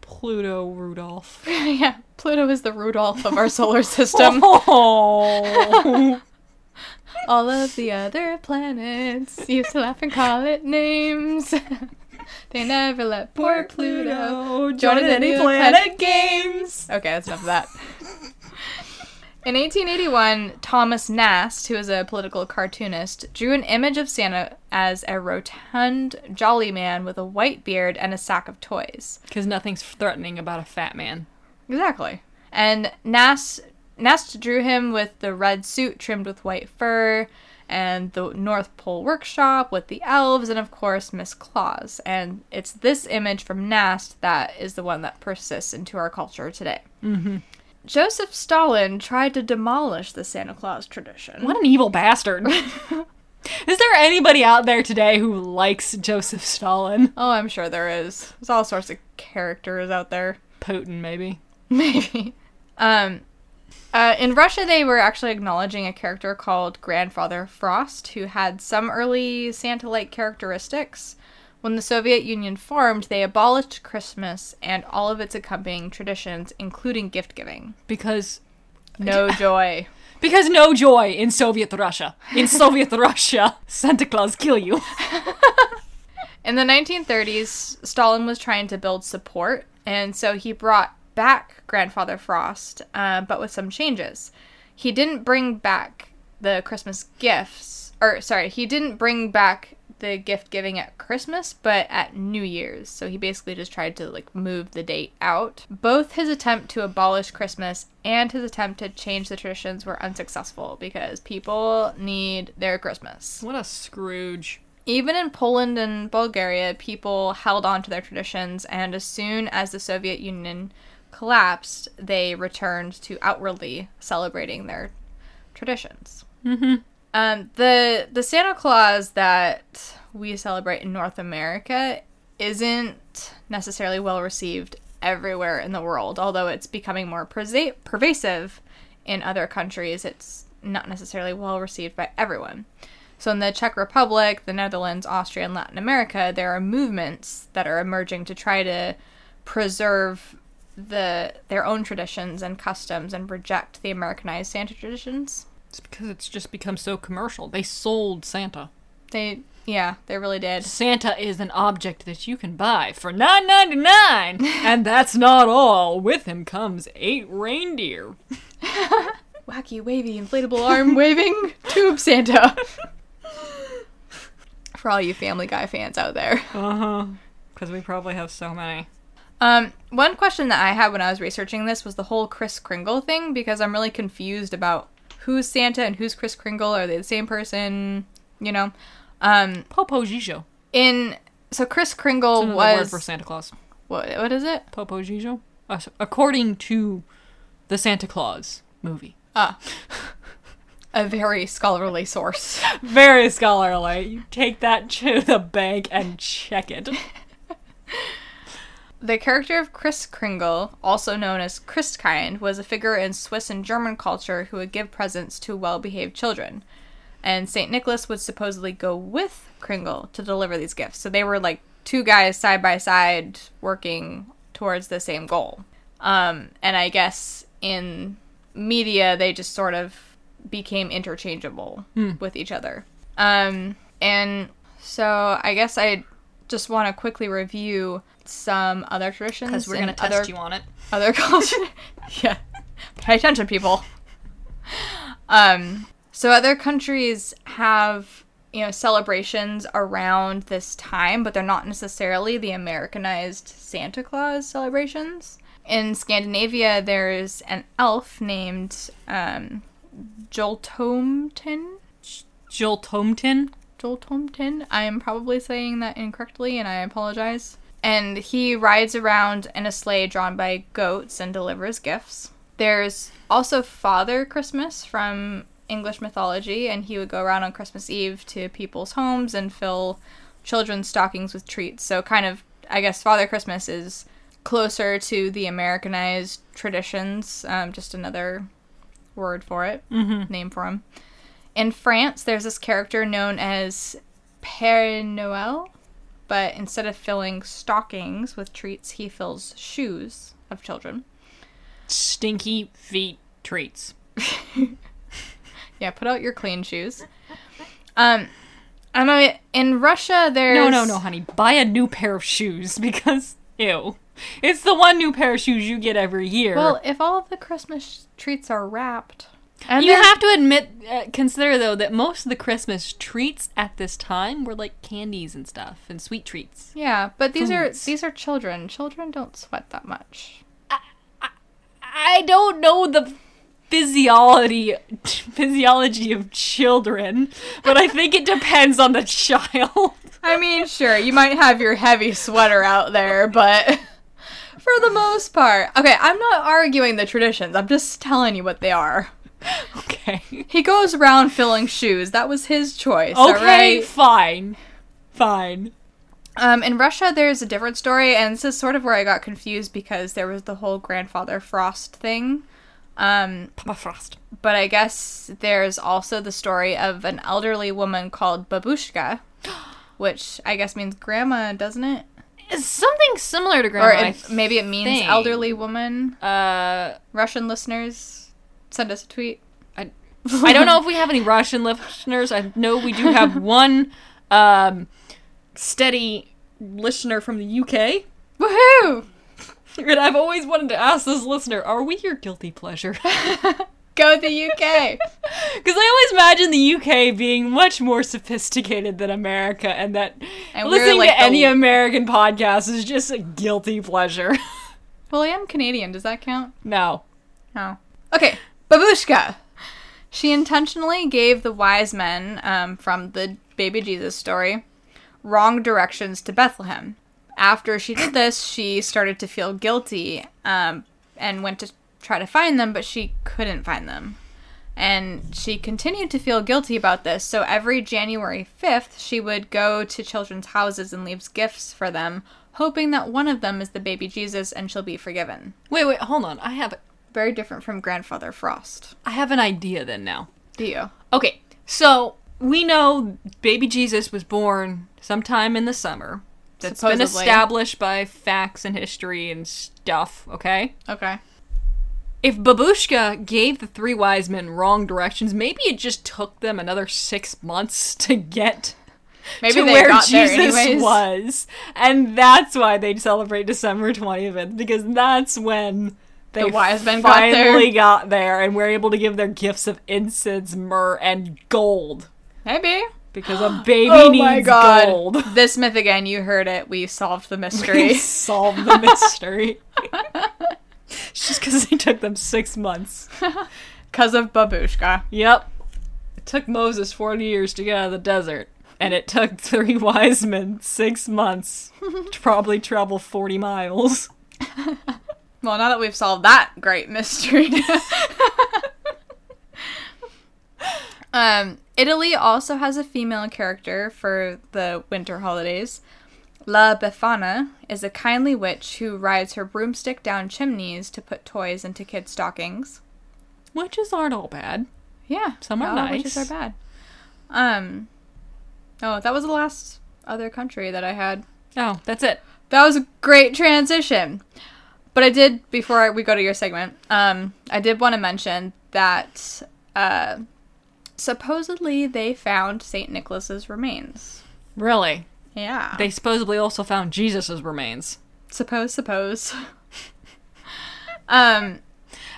Speaker 2: Pluto (laughs) Rudolph.
Speaker 1: yeah, Pluto is the Rudolph of our solar
Speaker 2: (laughs)
Speaker 1: system.
Speaker 2: Oh.
Speaker 1: All of the other planets used to laugh and call it (laughs) names. they never let poor Pluto
Speaker 2: Join
Speaker 1: in any planet
Speaker 2: games.
Speaker 1: Okay, that's enough of that. In 1881, Thomas Nast, who is a political cartoonist, drew an image of Santa as a rotund, jolly man with a white beard and a sack of toys.
Speaker 2: Because nothing's threatening about a fat man.
Speaker 1: Exactly. And Nast, Nast drew him with the red suit trimmed with white fur, and the North Pole workshop with the elves, and of course, Miss Claus. And it's this image from Nast that is the one that persists into our culture today. Mm-hmm. Joseph Stalin tried to demolish the Santa Claus tradition.
Speaker 2: What an evil (laughs) bastard. Is there anybody out there today who likes Joseph Stalin?
Speaker 1: Oh, I'm sure there is. There's all sorts of characters out there.
Speaker 2: Putin, maybe.
Speaker 1: Maybe. Um, uh, in Russia, they were actually acknowledging a character called Grandfather Frost, who had some early Santa like characteristics. When the Soviet Union formed, they abolished Christmas and all of its accompanying traditions, including gift giving.
Speaker 2: Because
Speaker 1: No joy.
Speaker 2: because no joy in Soviet Russia. (laughs) In Soviet Russia, Santa Claus kill you.
Speaker 1: In the 1930s, Stalin was trying to build support, and so he brought back Grandfather Frost, uh, but with some changes. He didn't bring back the Christmas gifts, or sorry, he didn't bring back the gift giving at Christmas, but at New Year's. So he basically just tried to like move the date out. Both his attempt to abolish Christmas and his attempt to change the traditions were unsuccessful because people need their Christmas
Speaker 2: (laughs) What a Scrooge.
Speaker 1: even in Poland and Bulgaria, people held on to their traditions, and as soon as the Soviet Union collapsed, they returned to outwardly celebrating their traditions. Mm-hmm. Um, the the Santa Claus that we celebrate in North America isn't necessarily well received everywhere in the world, although it's becoming more persa- pervasive in other countries. It's not necessarily well received by everyone. So in the Czech Republic, the Netherlands, Austria, and Latin America, there are movements that are emerging to try to preserve the their own traditions and customs and reject the Americanized Santa traditions.
Speaker 2: It's because it's just become so commercial. They sold Santa.
Speaker 1: They yeah, they really did.
Speaker 2: Santa is an object that you can buy for nine ninety (laughs) nine, and that's not all. With him comes eight reindeer.
Speaker 1: Wacky wavy inflatable arm waving tube Santa. For all you Family Guy fans out there.
Speaker 2: Uh huh. Because we probably have so many.
Speaker 1: Um, one question that I had when I was researching this was the whole Kris Kringle thing because I'm really confused about who's Santa and who's Kris Kringle. Are they the same person? You know, um,
Speaker 2: Popo Gijo.
Speaker 1: in so Kris Kringle
Speaker 2: Another word
Speaker 1: was
Speaker 2: for Santa Claus.
Speaker 1: what? What is it?
Speaker 2: Popo Gijo. Uh, according to the Santa Claus movie.
Speaker 1: Ah, a very scholarly source. (laughs)
Speaker 2: Very scholarly. You take that to the bank and check it.
Speaker 1: The character of Kris Kringle, also known as Christkind, was a figure in Swiss and German culture who would give presents to well behaved children. And St. Nicholas would supposedly go with Kringle to deliver these gifts. So they were like two guys side by side working towards the same goal. Um, and I guess in media, they just sort of became interchangeable with each other. Um, and so I guess I just want to quickly review some other traditions
Speaker 2: Because we're
Speaker 1: and
Speaker 2: gonna test
Speaker 1: other,
Speaker 2: you on it.
Speaker 1: other (laughs) culture. yeah, pay attention, people. Um, so other countries have you know celebrations around this time, but they're not necessarily the Americanized Santa Claus celebrations. In Scandinavia, there's an elf named um, Joltomten.
Speaker 2: Joltomtin?
Speaker 1: Joltomten. I am probably saying that incorrectly and I apologize. And he rides around in a sleigh drawn by goats and delivers gifts. There's also Father Christmas from English mythology, and he would go around on Christmas Eve to people's homes and fill children's stockings with treats. So, kind of, I guess, Father Christmas is closer to the Americanized traditions, um, just another word for it, name for him. In France, there's this character known as Père Noël, but instead of filling stockings with treats, he fills shoes of children.
Speaker 2: Stinky feet treats.
Speaker 1: Yeah, put out your clean shoes. Um, I know in Russia there's
Speaker 2: No, no, no, honey. Buy a new pair of shoes because, ew. It's the one new pair of shoes you get every year.
Speaker 1: Well, if all of the Christmas treats are wrapped, and
Speaker 2: you
Speaker 1: they're-
Speaker 2: have to admit, uh, consider though, that most of the Christmas treats at this time were like candies and stuff and sweet treats.
Speaker 1: yeah, but these are
Speaker 2: Foods.
Speaker 1: these are children. Children don't sweat that much.
Speaker 2: I don't know the physiology physiology of children, but I think it depends on the child. (laughs)
Speaker 1: I mean, sure, you might have your heavy sweater out there, but (laughs) for the most part, okay, I'm not arguing the traditions. I'm just telling you what they are.
Speaker 2: okay.
Speaker 1: He goes around filling shoes. That was his choice. all
Speaker 2: Okay,
Speaker 1: right?
Speaker 2: fine. Fine.
Speaker 1: Um, in Russia, there's a different story, and this is sort of where I got confused because there was the whole grandfather Frost thing. Um,
Speaker 2: Papa Frost.
Speaker 1: but I guess there's also the story of an elderly woman called Babushka, (gasps) which I guess means grandma, doesn't it?
Speaker 2: It's something similar to
Speaker 1: Or
Speaker 2: grandma. I
Speaker 1: it, maybe it means
Speaker 2: think.
Speaker 1: elderly woman.
Speaker 2: Uh,
Speaker 1: Russian listeners, send us a tweet.
Speaker 2: I, I don't know if we have any Russian listeners. I know we do have one um, steady listener from the UK.
Speaker 1: (laughs) Woohoo!
Speaker 2: And I've always wanted to ask this listener, are we your guilty pleasure?
Speaker 1: Go the UK.
Speaker 2: Because I always imagine the UK being much more sophisticated than America, and that
Speaker 1: And we're
Speaker 2: listening
Speaker 1: like
Speaker 2: to any
Speaker 1: the-
Speaker 2: American podcast is just a guilty pleasure. (laughs)
Speaker 1: well, I am Canadian. Does that count?
Speaker 2: no.
Speaker 1: Oh. Okay, Babushka. She intentionally gave the wise men um, from the baby Jesus story wrong directions to Bethlehem. After she did this, she started to feel guilty um, and went to try to find them, but she couldn't find them. And she continued to feel guilty about this, so every January 5th, she would go to children's houses and leaves gifts for them, hoping that one of them is the baby Jesus and she'll be forgiven.
Speaker 2: Wait, wait, hold on. I have
Speaker 1: Very different from Grandfather Frost.
Speaker 2: I have an idea then now.
Speaker 1: Do you?
Speaker 2: Okay, so we know baby Jesus was born sometime in the summer. That's been
Speaker 1: Supposedly.
Speaker 2: established by facts and history and stuff, okay?
Speaker 1: Okay.
Speaker 2: If Babushka gave the three wise men wrong directions, maybe it just took them another six months to get
Speaker 1: Maybe
Speaker 2: to
Speaker 1: they
Speaker 2: where
Speaker 1: got
Speaker 2: Jesus
Speaker 1: there anyways.
Speaker 2: (laughs) was. And that's why they celebrate December 25th, because that's when they
Speaker 1: wise men got there.
Speaker 2: finally got there. and were able to give their gifts of incense, myrrh, and gold.
Speaker 1: Maybe. (gasps)
Speaker 2: Because a baby
Speaker 1: Oh
Speaker 2: needs
Speaker 1: my god.
Speaker 2: gold.
Speaker 1: (laughs) This myth again, you heard it. We solved the mystery.
Speaker 2: (laughs)
Speaker 1: (laughs)
Speaker 2: They solve the mystery. (laughs) it's just because they took them six months.
Speaker 1: Because of Babushka.
Speaker 2: Yep. It took Moses 40 years to get out of the desert, and it took three (laughs) wise men six months to probably travel 40 miles.
Speaker 1: Well, now that we've solved that great mystery. (laughs) um, Italy also has a female character for the winter holidays. La Befana is a kindly witch who rides her broomstick down chimneys to put toys into kids' stockings.
Speaker 2: Witches aren't all bad.
Speaker 1: Yeah,
Speaker 2: Some are
Speaker 1: not all Witches are
Speaker 2: nice.
Speaker 1: bad. Um, oh, that was the last other country that I had.
Speaker 2: Oh, that's it.
Speaker 1: That was a great transition. But I did before I- we go to your segment. Um, I did want to mention that uh, supposedly they found Saint Nicholas's remains.
Speaker 2: Really?
Speaker 1: Yeah,
Speaker 2: They supposedly also found Jesus' remains.
Speaker 1: suppose suppose. (laughs) um,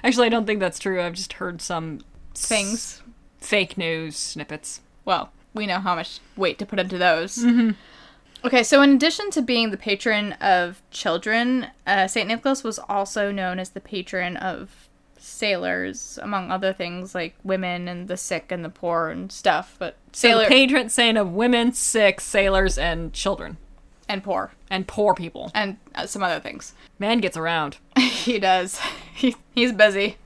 Speaker 2: Actually, I don't think that's true. I've just heard some s-
Speaker 1: things.
Speaker 2: fake news snippets.
Speaker 1: well, we know how much weight to put into those.
Speaker 2: Mm-hmm.
Speaker 1: Okay, so in addition to being the patron of children, uh, St. Nicholas was also known as the patron of sailors, among other things like women and the sick and the poor and stuff, but
Speaker 2: So
Speaker 1: sailor
Speaker 2: the patron saint of women, sick, sailors, and children.
Speaker 1: and poor
Speaker 2: And poor people.
Speaker 1: and uh, some other things.
Speaker 2: Man gets around.
Speaker 1: (laughs) he does. He, he's busy.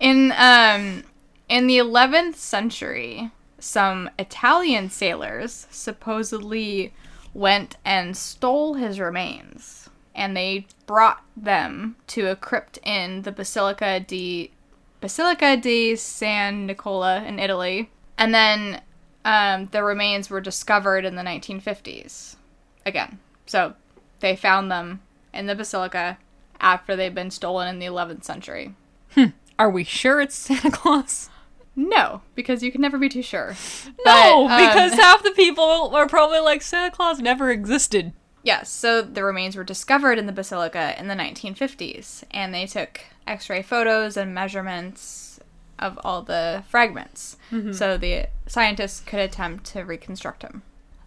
Speaker 1: In um in the 11th century, some Italian sailors supposedly went and stole his remains and they brought them to a crypt in the Basilica di Basilica di San Nicola in Italy. And then um, the remains were discovered in the 1950s again. So they found them in the basilica after they'd been stolen in the 11th century.
Speaker 2: Are we sure it's Santa (laughs) Claus?
Speaker 1: No, because you can never be too sure.
Speaker 2: No,
Speaker 1: But, um,
Speaker 2: because half the people are probably like Santa Claus never existed.
Speaker 1: Yes, so the remains were discovered in the basilica in the 1950s, and they took x ray photos and measurements of all the fragments. So the scientists could attempt to reconstruct them.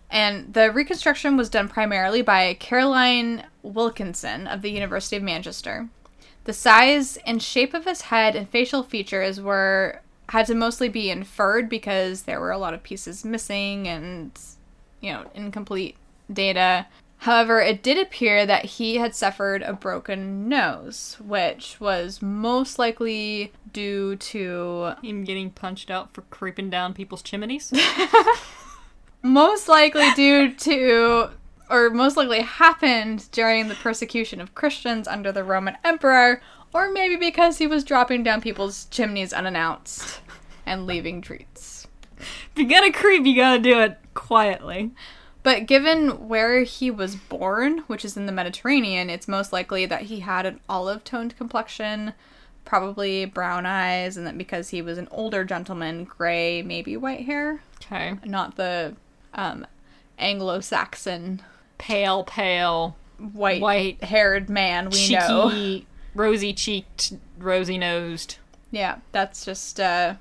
Speaker 1: And the reconstruction was done primarily by Caroline Wilkinson of the University of Manchester. The size and shape of his head and facial features were had to mostly be inferred because there were a lot of pieces missing and you know, incomplete data. However, it did appear that he had suffered a broken nose, which was most likely due to
Speaker 2: Him getting punched out for creeping down people's (laughs) chimneys.
Speaker 1: most likely due to or most likely happened during the persecution of Christians under the Roman emperor or maybe because he was dropping down people's chimneys unannounced and leaving treats.
Speaker 2: if you're gonna creep, you gotta do it quietly.
Speaker 1: But given where he was born, which is in the Mediterranean, it's most likely that he had an olive toned complexion, probably brown eyes, and that because he was an older gentleman, gray, maybe white hair,
Speaker 2: Okay.
Speaker 1: not the um, Anglo Saxon
Speaker 2: Pale, pale,
Speaker 1: white
Speaker 2: White.
Speaker 1: haired man we
Speaker 2: cheeky,
Speaker 1: know.
Speaker 2: rosy cheeked, rosy nosed.
Speaker 1: Yeah, that's just uh,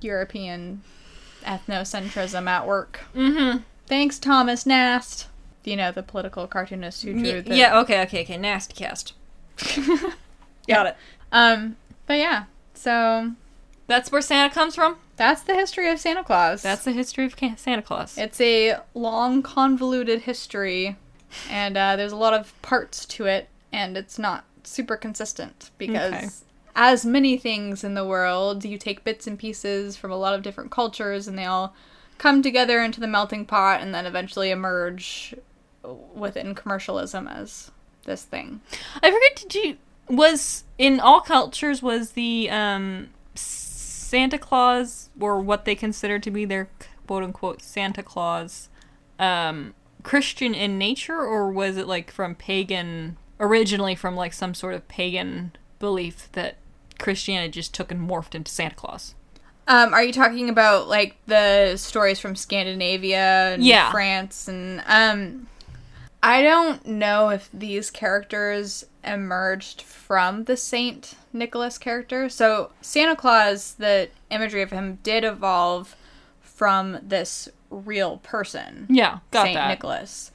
Speaker 1: European ethnocentrism at work. Mm-hmm. Thanks, Thomas Nast. You know, the political cartoonist who drew the
Speaker 2: okay, okay, okay. Nasty (laughs) cast. Got it.
Speaker 1: Um, but yeah, so
Speaker 2: That's where Santa comes from.
Speaker 1: that's the history of Santa Claus.
Speaker 2: That's the history of Can- Santa Claus.
Speaker 1: it's a long, convoluted history, and uh, there's a lot of parts to it, and it's not super consistent because.
Speaker 2: Okay.
Speaker 1: As many things in the world, you take bits and pieces from a lot of different cultures and they all come together into the melting pot and then eventually emerge within commercialism as this thing.
Speaker 2: I forget. Did you was in all cultures was the um, Santa Claus or what they consider to be their quote unquote Santa Claus um, Christian in nature, or was it like from pagan originally from like some sort of pagan belief that Christianity just took and morphed into Santa Claus?
Speaker 1: Um, are you talking about like the stories from Scandinavia and
Speaker 2: Yeah.
Speaker 1: France and um I don't know if these characters emerged from the Saint Nicholas character. So Santa Claus, the imagery of him did evolve from this real person.
Speaker 2: Yeah, got
Speaker 1: Saint
Speaker 2: that.
Speaker 1: Nicholas.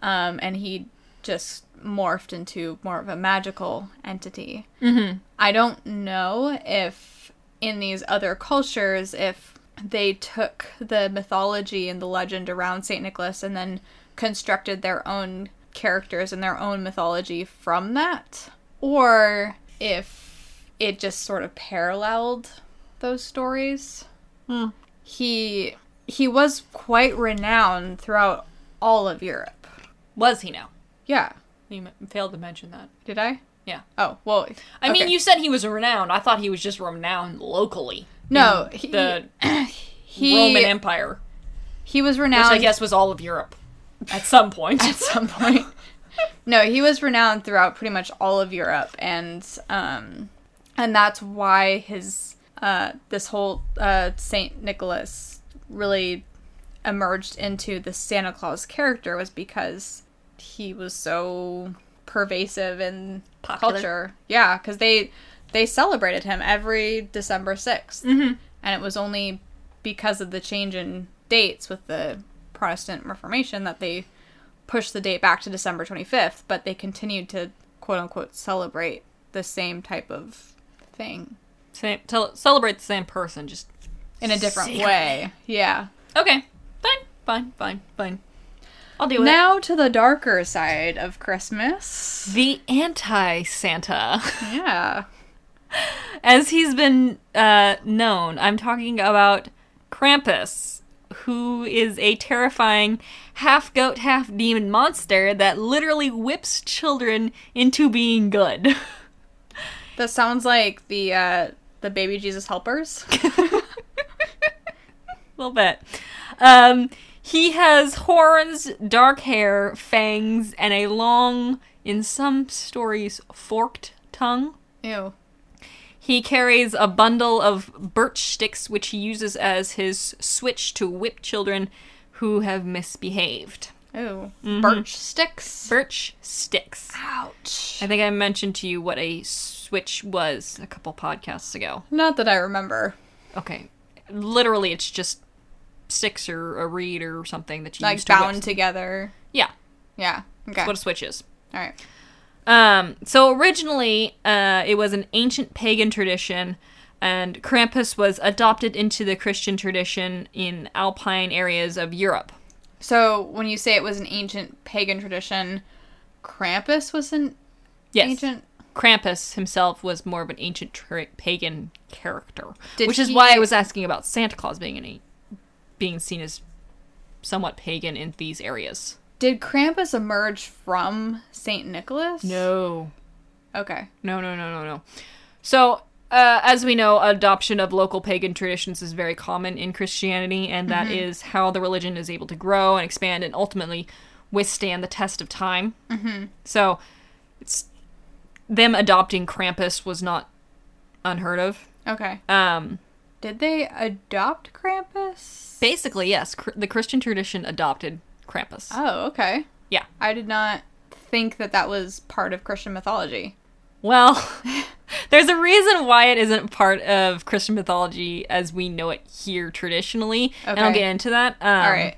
Speaker 1: Um, and he just morphed into more of a magical entity. Mm-hmm. I don't know if in these other cultures, if they took the mythology and the legend around Saint Nicholas and then constructed their own characters and their own mythology from that, or if it just sort of paralleled those stories he he was quite renowned throughout all of Europe.
Speaker 2: Was he now?
Speaker 1: Yeah.
Speaker 2: You m- failed to mention that.
Speaker 1: Did I?
Speaker 2: Yeah.
Speaker 1: Oh, well.
Speaker 2: I mean,
Speaker 1: okay.
Speaker 2: you said he was renowned. I thought he was just renowned locally.
Speaker 1: No, he,
Speaker 2: The
Speaker 1: he
Speaker 2: Roman Empire.
Speaker 1: he was
Speaker 2: which
Speaker 1: renowned
Speaker 2: I guess was all of Europe at some
Speaker 1: (laughs)
Speaker 2: point.
Speaker 1: at some point. no, he was renowned throughout pretty much all of Europe, and um, and that's why his uh this whole uh Saint Nicholas really emerged into the Santa Claus character was because he was so pervasive in
Speaker 2: Popular.
Speaker 1: culture. Yeah, because they they celebrated him every December 6th
Speaker 2: Mm-hmm.
Speaker 1: and it was only because of the change in dates with the Protestant Reformation that they pushed the date back to December 25th, but they continued to quote unquote celebrate the same type of thing
Speaker 2: (laughs) Same, tell, celebrate the same person, just
Speaker 1: in a different
Speaker 2: Secretly.
Speaker 1: way. Yeah.
Speaker 2: okay. Fine, fine, fine, fine. I'll do it.
Speaker 1: Now to the darker side of Christmas.
Speaker 2: The anti Santa,
Speaker 1: Yeah.
Speaker 2: (laughs) as he's been uh, known. I'm talking about Krampus, who is a terrifying half goat, half demon monster that literally whips children into being good. (laughs)
Speaker 1: That sounds like the uh the baby Jesus helpers.
Speaker 2: little bit. Um, he has horns, dark hair, fangs, and a long, in some stories, forked tongue.
Speaker 1: (laughs) Ew.
Speaker 2: He carries a bundle of birch sticks, which he uses as his switch to whip children who have misbehaved.
Speaker 1: Ew. Birch sticks.
Speaker 2: Birch sticks.
Speaker 1: Ouch.
Speaker 2: I think I mentioned to you what a switch was a couple podcasts ago.
Speaker 1: Not that I remember.
Speaker 2: Okay. Literally, it's just sticks or a reed or something that you
Speaker 1: Like
Speaker 2: use to whip-
Speaker 1: bound together.
Speaker 2: Yeah,
Speaker 1: Yeah. Okay.
Speaker 2: what a switch is.
Speaker 1: All right.
Speaker 2: Um, so originally, uh, it was an ancient pagan tradition, and Krampus was adopted into the Christian tradition in alpine areas of Europe.
Speaker 1: So when you say it was an ancient pagan tradition, Krampus was an
Speaker 2: Yes,
Speaker 1: ancient.
Speaker 2: Krampus himself was more of an ancient tra- pagan character,
Speaker 1: Did
Speaker 2: which is
Speaker 1: he-
Speaker 2: why I was asking about Santa Claus being an, a- being seen as somewhat pagan in these areas.
Speaker 1: Did Krampus emerge from Saint Nicholas?
Speaker 2: No,
Speaker 1: Okay.
Speaker 2: No, no, no, no, no. So, uh, as we know, adoption of local pagan traditions is very common in Christianity, and that is how the religion is able to grow and expand and ultimately withstand the test of time. Mm-hmm. So, it's them adopting Krampus was not unheard of.
Speaker 1: Okay.
Speaker 2: Um,
Speaker 1: Did they adopt Krampus?
Speaker 2: basically, yes, cr- the Christian tradition adopted Krampus.
Speaker 1: Oh, okay.
Speaker 2: Yeah.
Speaker 1: I did not think that that was part of Christian mythology.
Speaker 2: Well, (laughs) there's a reason why it isn't part of Christian mythology as we know it here traditionally, and I'll
Speaker 1: Okay.
Speaker 2: get into that. Um,
Speaker 1: All right.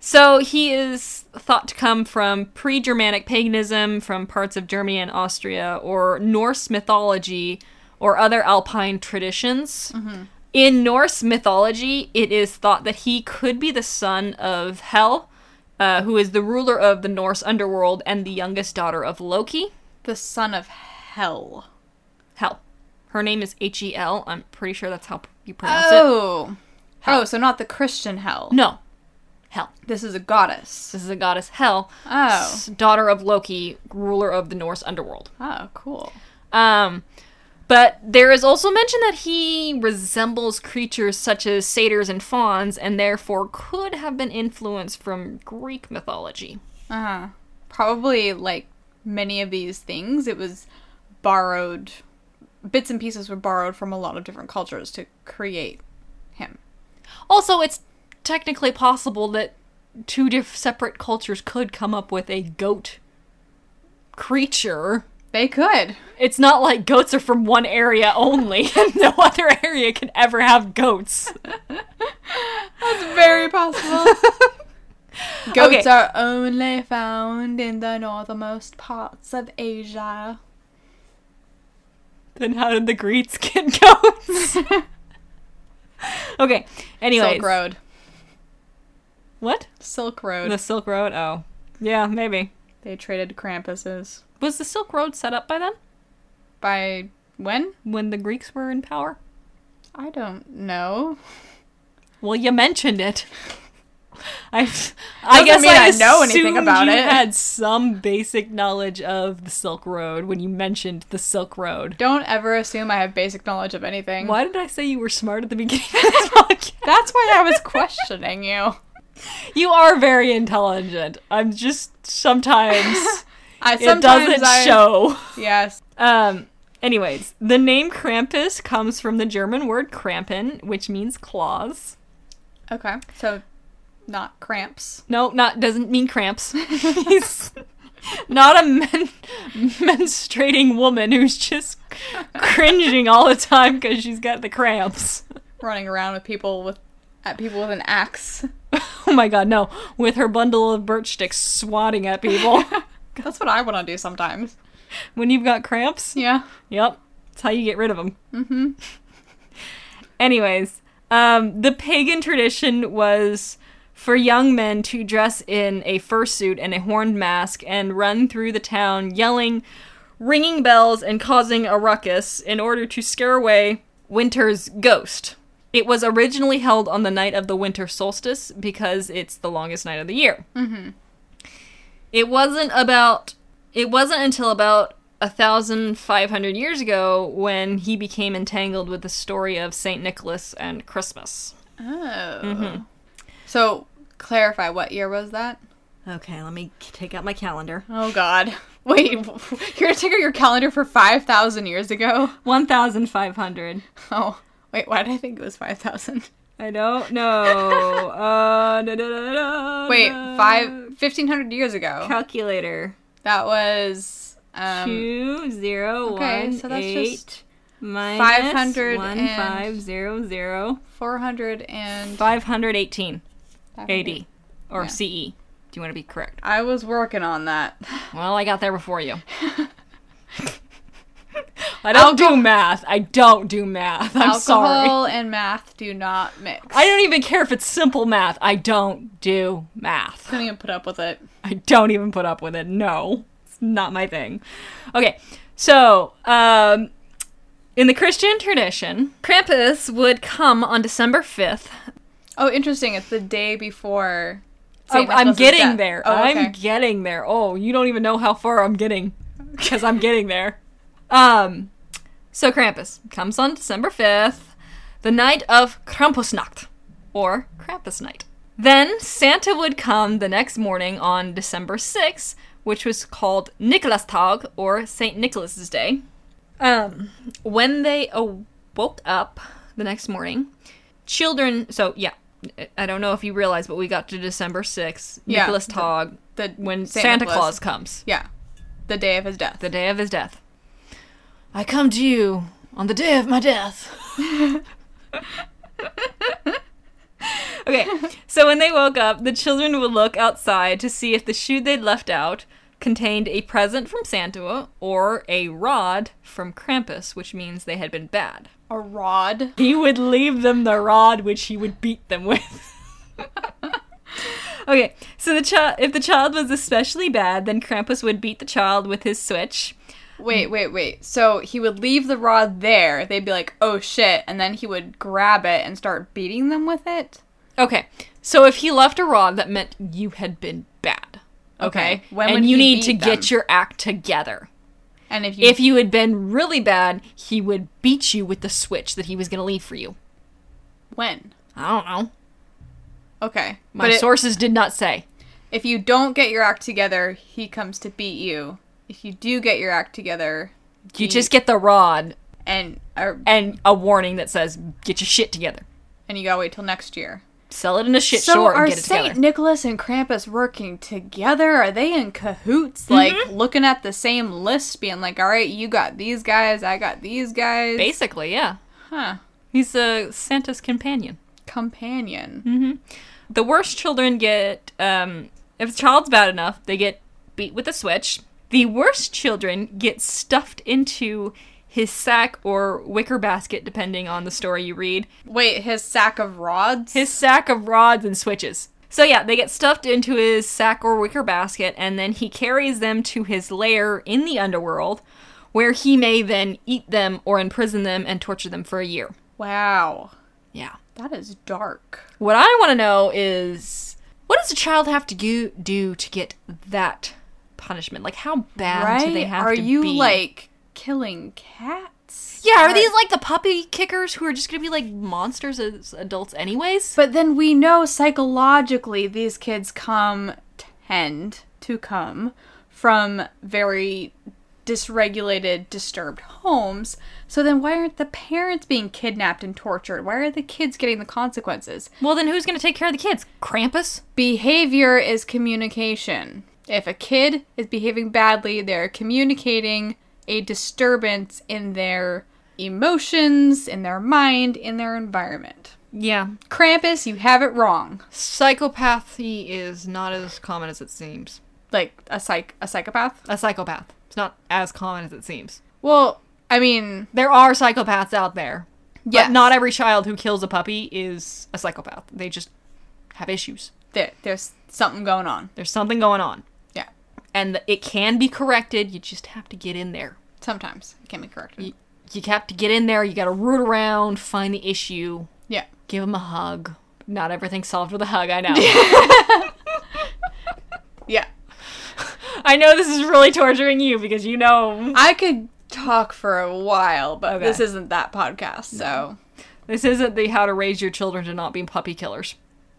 Speaker 2: So he is thought to come from pre-Germanic paganism, from parts of Germany and Austria, or Norse mythology, or other Alpine traditions.
Speaker 1: Mm-hmm.
Speaker 2: In Norse mythology, it is thought that he could be the son of Hel, uh, who is the ruler of the Norse underworld and the youngest daughter of Loki.
Speaker 1: The son of hell.
Speaker 2: Hel. Her name is H E L. I'm pretty sure that's how you pronounce it.
Speaker 1: Oh. Oh, so not the Christian hell.
Speaker 2: No. Hel.
Speaker 1: This is a goddess.
Speaker 2: This is the goddess Hel,
Speaker 1: Oh.
Speaker 2: s- daughter of Loki, ruler of the Norse underworld.
Speaker 1: Oh, cool.
Speaker 2: Um, but there is also mention that he resembles creatures such as satyrs and fauns, and therefore could have been influenced from Greek mythology.
Speaker 1: Uh-huh. Probably like many of these things, it was borrowed bits and pieces were borrowed from a lot of different cultures to create him.
Speaker 2: Also, it's technically possible that two diff- separate cultures could come up with a goat creature
Speaker 1: They could.
Speaker 2: It's not like goats are from one area only, (laughs) and no other area can ever have goats.
Speaker 1: It's very possible. (laughs) Goats
Speaker 2: Okay.
Speaker 1: are only found in the northernmost parts of Asia.
Speaker 2: then how did the Greeks
Speaker 1: (laughs)
Speaker 2: get (laughs) goats? okay. Anyways,
Speaker 1: Silk Road.
Speaker 2: what
Speaker 1: Silk Road.
Speaker 2: the Silk Road? Oh, yeah, maybe.
Speaker 1: They traded Krampuses.
Speaker 2: Was the Silk Road set up by then,
Speaker 1: By when?
Speaker 2: when the Greeks were in power?
Speaker 1: I don't know.
Speaker 2: Well, you mentioned it. (laughs) I,
Speaker 1: Doesn't
Speaker 2: I guess
Speaker 1: mean
Speaker 2: I,
Speaker 1: I know anything
Speaker 2: assumed
Speaker 1: about
Speaker 2: you
Speaker 1: it.
Speaker 2: Had some basic knowledge of the Silk Road when you mentioned the Silk Road.
Speaker 1: Don't ever assume I have basic knowledge of anything.
Speaker 2: Why did I say you were smart at the beginning of this (laughs) podcast?
Speaker 1: That's why I was questioning you.
Speaker 2: You are very intelligent. I'm just
Speaker 1: (laughs)
Speaker 2: sometimes
Speaker 1: I
Speaker 2: it
Speaker 1: sometimes
Speaker 2: doesn't
Speaker 1: I,
Speaker 2: show.
Speaker 1: Yes.
Speaker 2: Um anyways, the name Krampus comes from the German word Krampen, which means claws.
Speaker 1: Okay. So, not cramps.
Speaker 2: No, not doesn't
Speaker 1: (laughs)
Speaker 2: mean cramps. He's not a men- menstruating woman who's just cringing all the time cuz she's got the cramps. (laughs)
Speaker 1: Running around with people with at people with an axe.
Speaker 2: Oh my god, no. With her bundle of birch sticks swatting at
Speaker 1: (laughs)
Speaker 2: people.
Speaker 1: That's what I want to do sometimes.
Speaker 2: when you've got cramps.
Speaker 1: Yeah.
Speaker 2: Yep. It's how you get rid of them. Mm-hmm. (laughs) Anyways, um, the pagan tradition was for young men to dress in a fursuit and a horned mask and run through the town yelling, ringing bells, and causing a ruckus in order to scare away winter's ghost. It was originally held on the night of the winter solstice because it's the longest night of the year it wasn't about it wasn't until about 1500 years ago when he became entangled with the story of saint nicholas and christmas
Speaker 1: Oh. So clarify what year was that?
Speaker 2: okay let me take out my calendar
Speaker 1: Oh God! (laughs) Wait, you're gonna take out your calendar for five thousand years ago? (laughs)
Speaker 2: 1500
Speaker 1: Oh wait, why did I think it was five thousand?
Speaker 2: i don't (laughs) know uh, da, da, da, da,
Speaker 1: Wait,
Speaker 2: da.
Speaker 1: five fifteen hundred years ago.
Speaker 2: calculator
Speaker 1: That was um,
Speaker 2: two zero
Speaker 1: okay,
Speaker 2: one
Speaker 1: so that's
Speaker 2: eight
Speaker 1: just
Speaker 2: minus
Speaker 1: 500
Speaker 2: one
Speaker 1: and-
Speaker 2: five zero zero
Speaker 1: four hundred and
Speaker 2: 518 AD or
Speaker 1: Yeah.
Speaker 2: CE. Do you want to be correct?
Speaker 1: I was working on that.
Speaker 2: Well, I got there before you. I
Speaker 1: Alco-
Speaker 2: don't do math. I don't do math. (laughs) I'm sorry.
Speaker 1: Alcohol and math do not mix.
Speaker 2: I
Speaker 1: (laughs)
Speaker 2: don't even care if it's simple math. I don't do math.
Speaker 1: couldn't even put up with it.
Speaker 2: I don't even put up with it. No, it's not my thing. Okay, so um, in the Christian tradition, Krampus would come on December 5th.
Speaker 1: Oh, interesting. It's the day before.
Speaker 2: I,
Speaker 1: Saint
Speaker 2: Oh, I'm
Speaker 1: Nicholas's
Speaker 2: getting
Speaker 1: death.
Speaker 2: there.
Speaker 1: Oh, okay.
Speaker 2: I'm getting there. Oh, you don't even know how far
Speaker 1: (laughs)
Speaker 2: I'm getting because I'm getting there. Um, so Krampus comes on December 5th, the night of Krampusnacht or Krampus night. Then Santa would come the next morning on December 6th, which was called Nikolastag or St. Nicholas's Day. Um, when they awoke up the next morning, children, so yeah, I don't know if you realize, but we got to December 6th,
Speaker 1: Yeah,
Speaker 2: Nicholas Tog,
Speaker 1: the
Speaker 2: when
Speaker 1: Saint
Speaker 2: Santa
Speaker 1: Nicholas.
Speaker 2: Claus comes,
Speaker 1: Yeah, the day of his death.
Speaker 2: the day of his death. I come to you on the day of my death. (laughs) okay, so when they woke up, the children would look outside to see if the shoe they'd left out contained a present from Santa or a rod from Krampus, which means they had been bad.
Speaker 1: A rod.
Speaker 2: He would leave them the rod which he would beat them with. (laughs) okay, so the child if the child was especially bad, then Krampus would beat the child with his switch.
Speaker 1: Wait, wait, wait. So he would leave the rod there. They'd be like, "Oh shit," and then he would grab it and start beating them with it.
Speaker 2: Okay. So if he left a rod, that meant you had been bad. Okay.
Speaker 1: Okay, when would
Speaker 2: and you
Speaker 1: he
Speaker 2: need to
Speaker 1: beat them?
Speaker 2: get your act together.
Speaker 1: And if you,
Speaker 2: If you had been really bad, he would beat you with the switch that he was going to leave for you.
Speaker 1: when
Speaker 2: I don't know.
Speaker 1: okay,
Speaker 2: My
Speaker 1: but it-
Speaker 2: sources did not say.
Speaker 1: if you don't get your act together, he comes to beat you. If you do get your act together,
Speaker 2: You just get the rod
Speaker 1: and or,
Speaker 2: and a warning that says get your shit together.
Speaker 1: and you gotta wait till next year.
Speaker 2: Sell it in a shit
Speaker 1: So
Speaker 2: short
Speaker 1: are
Speaker 2: and get it
Speaker 1: Saint
Speaker 2: together.
Speaker 1: Nicholas and Krampus working together? Are they in cahoots? Like
Speaker 2: Mm-hmm.
Speaker 1: looking at the same list, being like, "All right, you got these guys, I got these guys."
Speaker 2: Basically, yeah.
Speaker 1: Huh.
Speaker 2: He's uh, Santa's companion.
Speaker 1: Companion.
Speaker 2: Mm-hmm. The worst children get, um, if the child's bad enough, they get beat with a switch. The worst children get stuffed into his sack or wicker basket, depending on the story you read.
Speaker 1: Wait, his sack of rods.
Speaker 2: His sack of rods and switches. So, yeah, they get stuffed into his sack or wicker basket, and then he carries them to his lair in the underworld, where he may then eat them or imprison them and torture them for a year.
Speaker 1: wow,
Speaker 2: Yeah.
Speaker 1: that is dark.
Speaker 2: What I want to know is what does a child have to go- do to get that punishment? Like, how bad do they
Speaker 1: Right?
Speaker 2: have
Speaker 1: Are
Speaker 2: to
Speaker 1: you
Speaker 2: be?
Speaker 1: like killing cats?
Speaker 2: yeah, are these like the puppy kickers who are just gonna be like monsters as adults, anyways?
Speaker 1: But then we know psychologically these kids come tend to come from very dysregulated, disturbed homes. So then why aren't the parents being kidnapped and tortured? Why are the kids getting the consequences?
Speaker 2: well, then who's gonna take care of the kids? Krampus?
Speaker 1: Behavior is communication. If a kid is behaving badly, they're communicating a disturbance in their emotions, in their mind, in their environment.
Speaker 2: Yeah.
Speaker 1: Krampus, you have it wrong.
Speaker 2: Psychopathy is not as common as it seems.
Speaker 1: like a psych a psychopath.
Speaker 2: A psychopath. It's not as common as it seems.
Speaker 1: Well, I mean,
Speaker 2: There are psychopaths out there.
Speaker 1: Yes.
Speaker 2: But not every child who kills a puppy is a psychopath. They just have issues.
Speaker 1: there, there's something going on.
Speaker 2: There's something going on.
Speaker 1: Yeah.
Speaker 2: And it can be corrected. You just have to get in there.
Speaker 1: Sometimes it can be corrected.
Speaker 2: You, you have to get in there. You got to root around, find the issue,
Speaker 1: yeah.
Speaker 2: give them a hug. Not everything's solved with a hug, I know.
Speaker 1: Yeah.
Speaker 2: I know this is really torturing you because you know
Speaker 1: I could talk for a while, but
Speaker 2: Okay.
Speaker 1: this isn't that podcast. So,
Speaker 2: this isn't the how to raise your children to not be puppy killers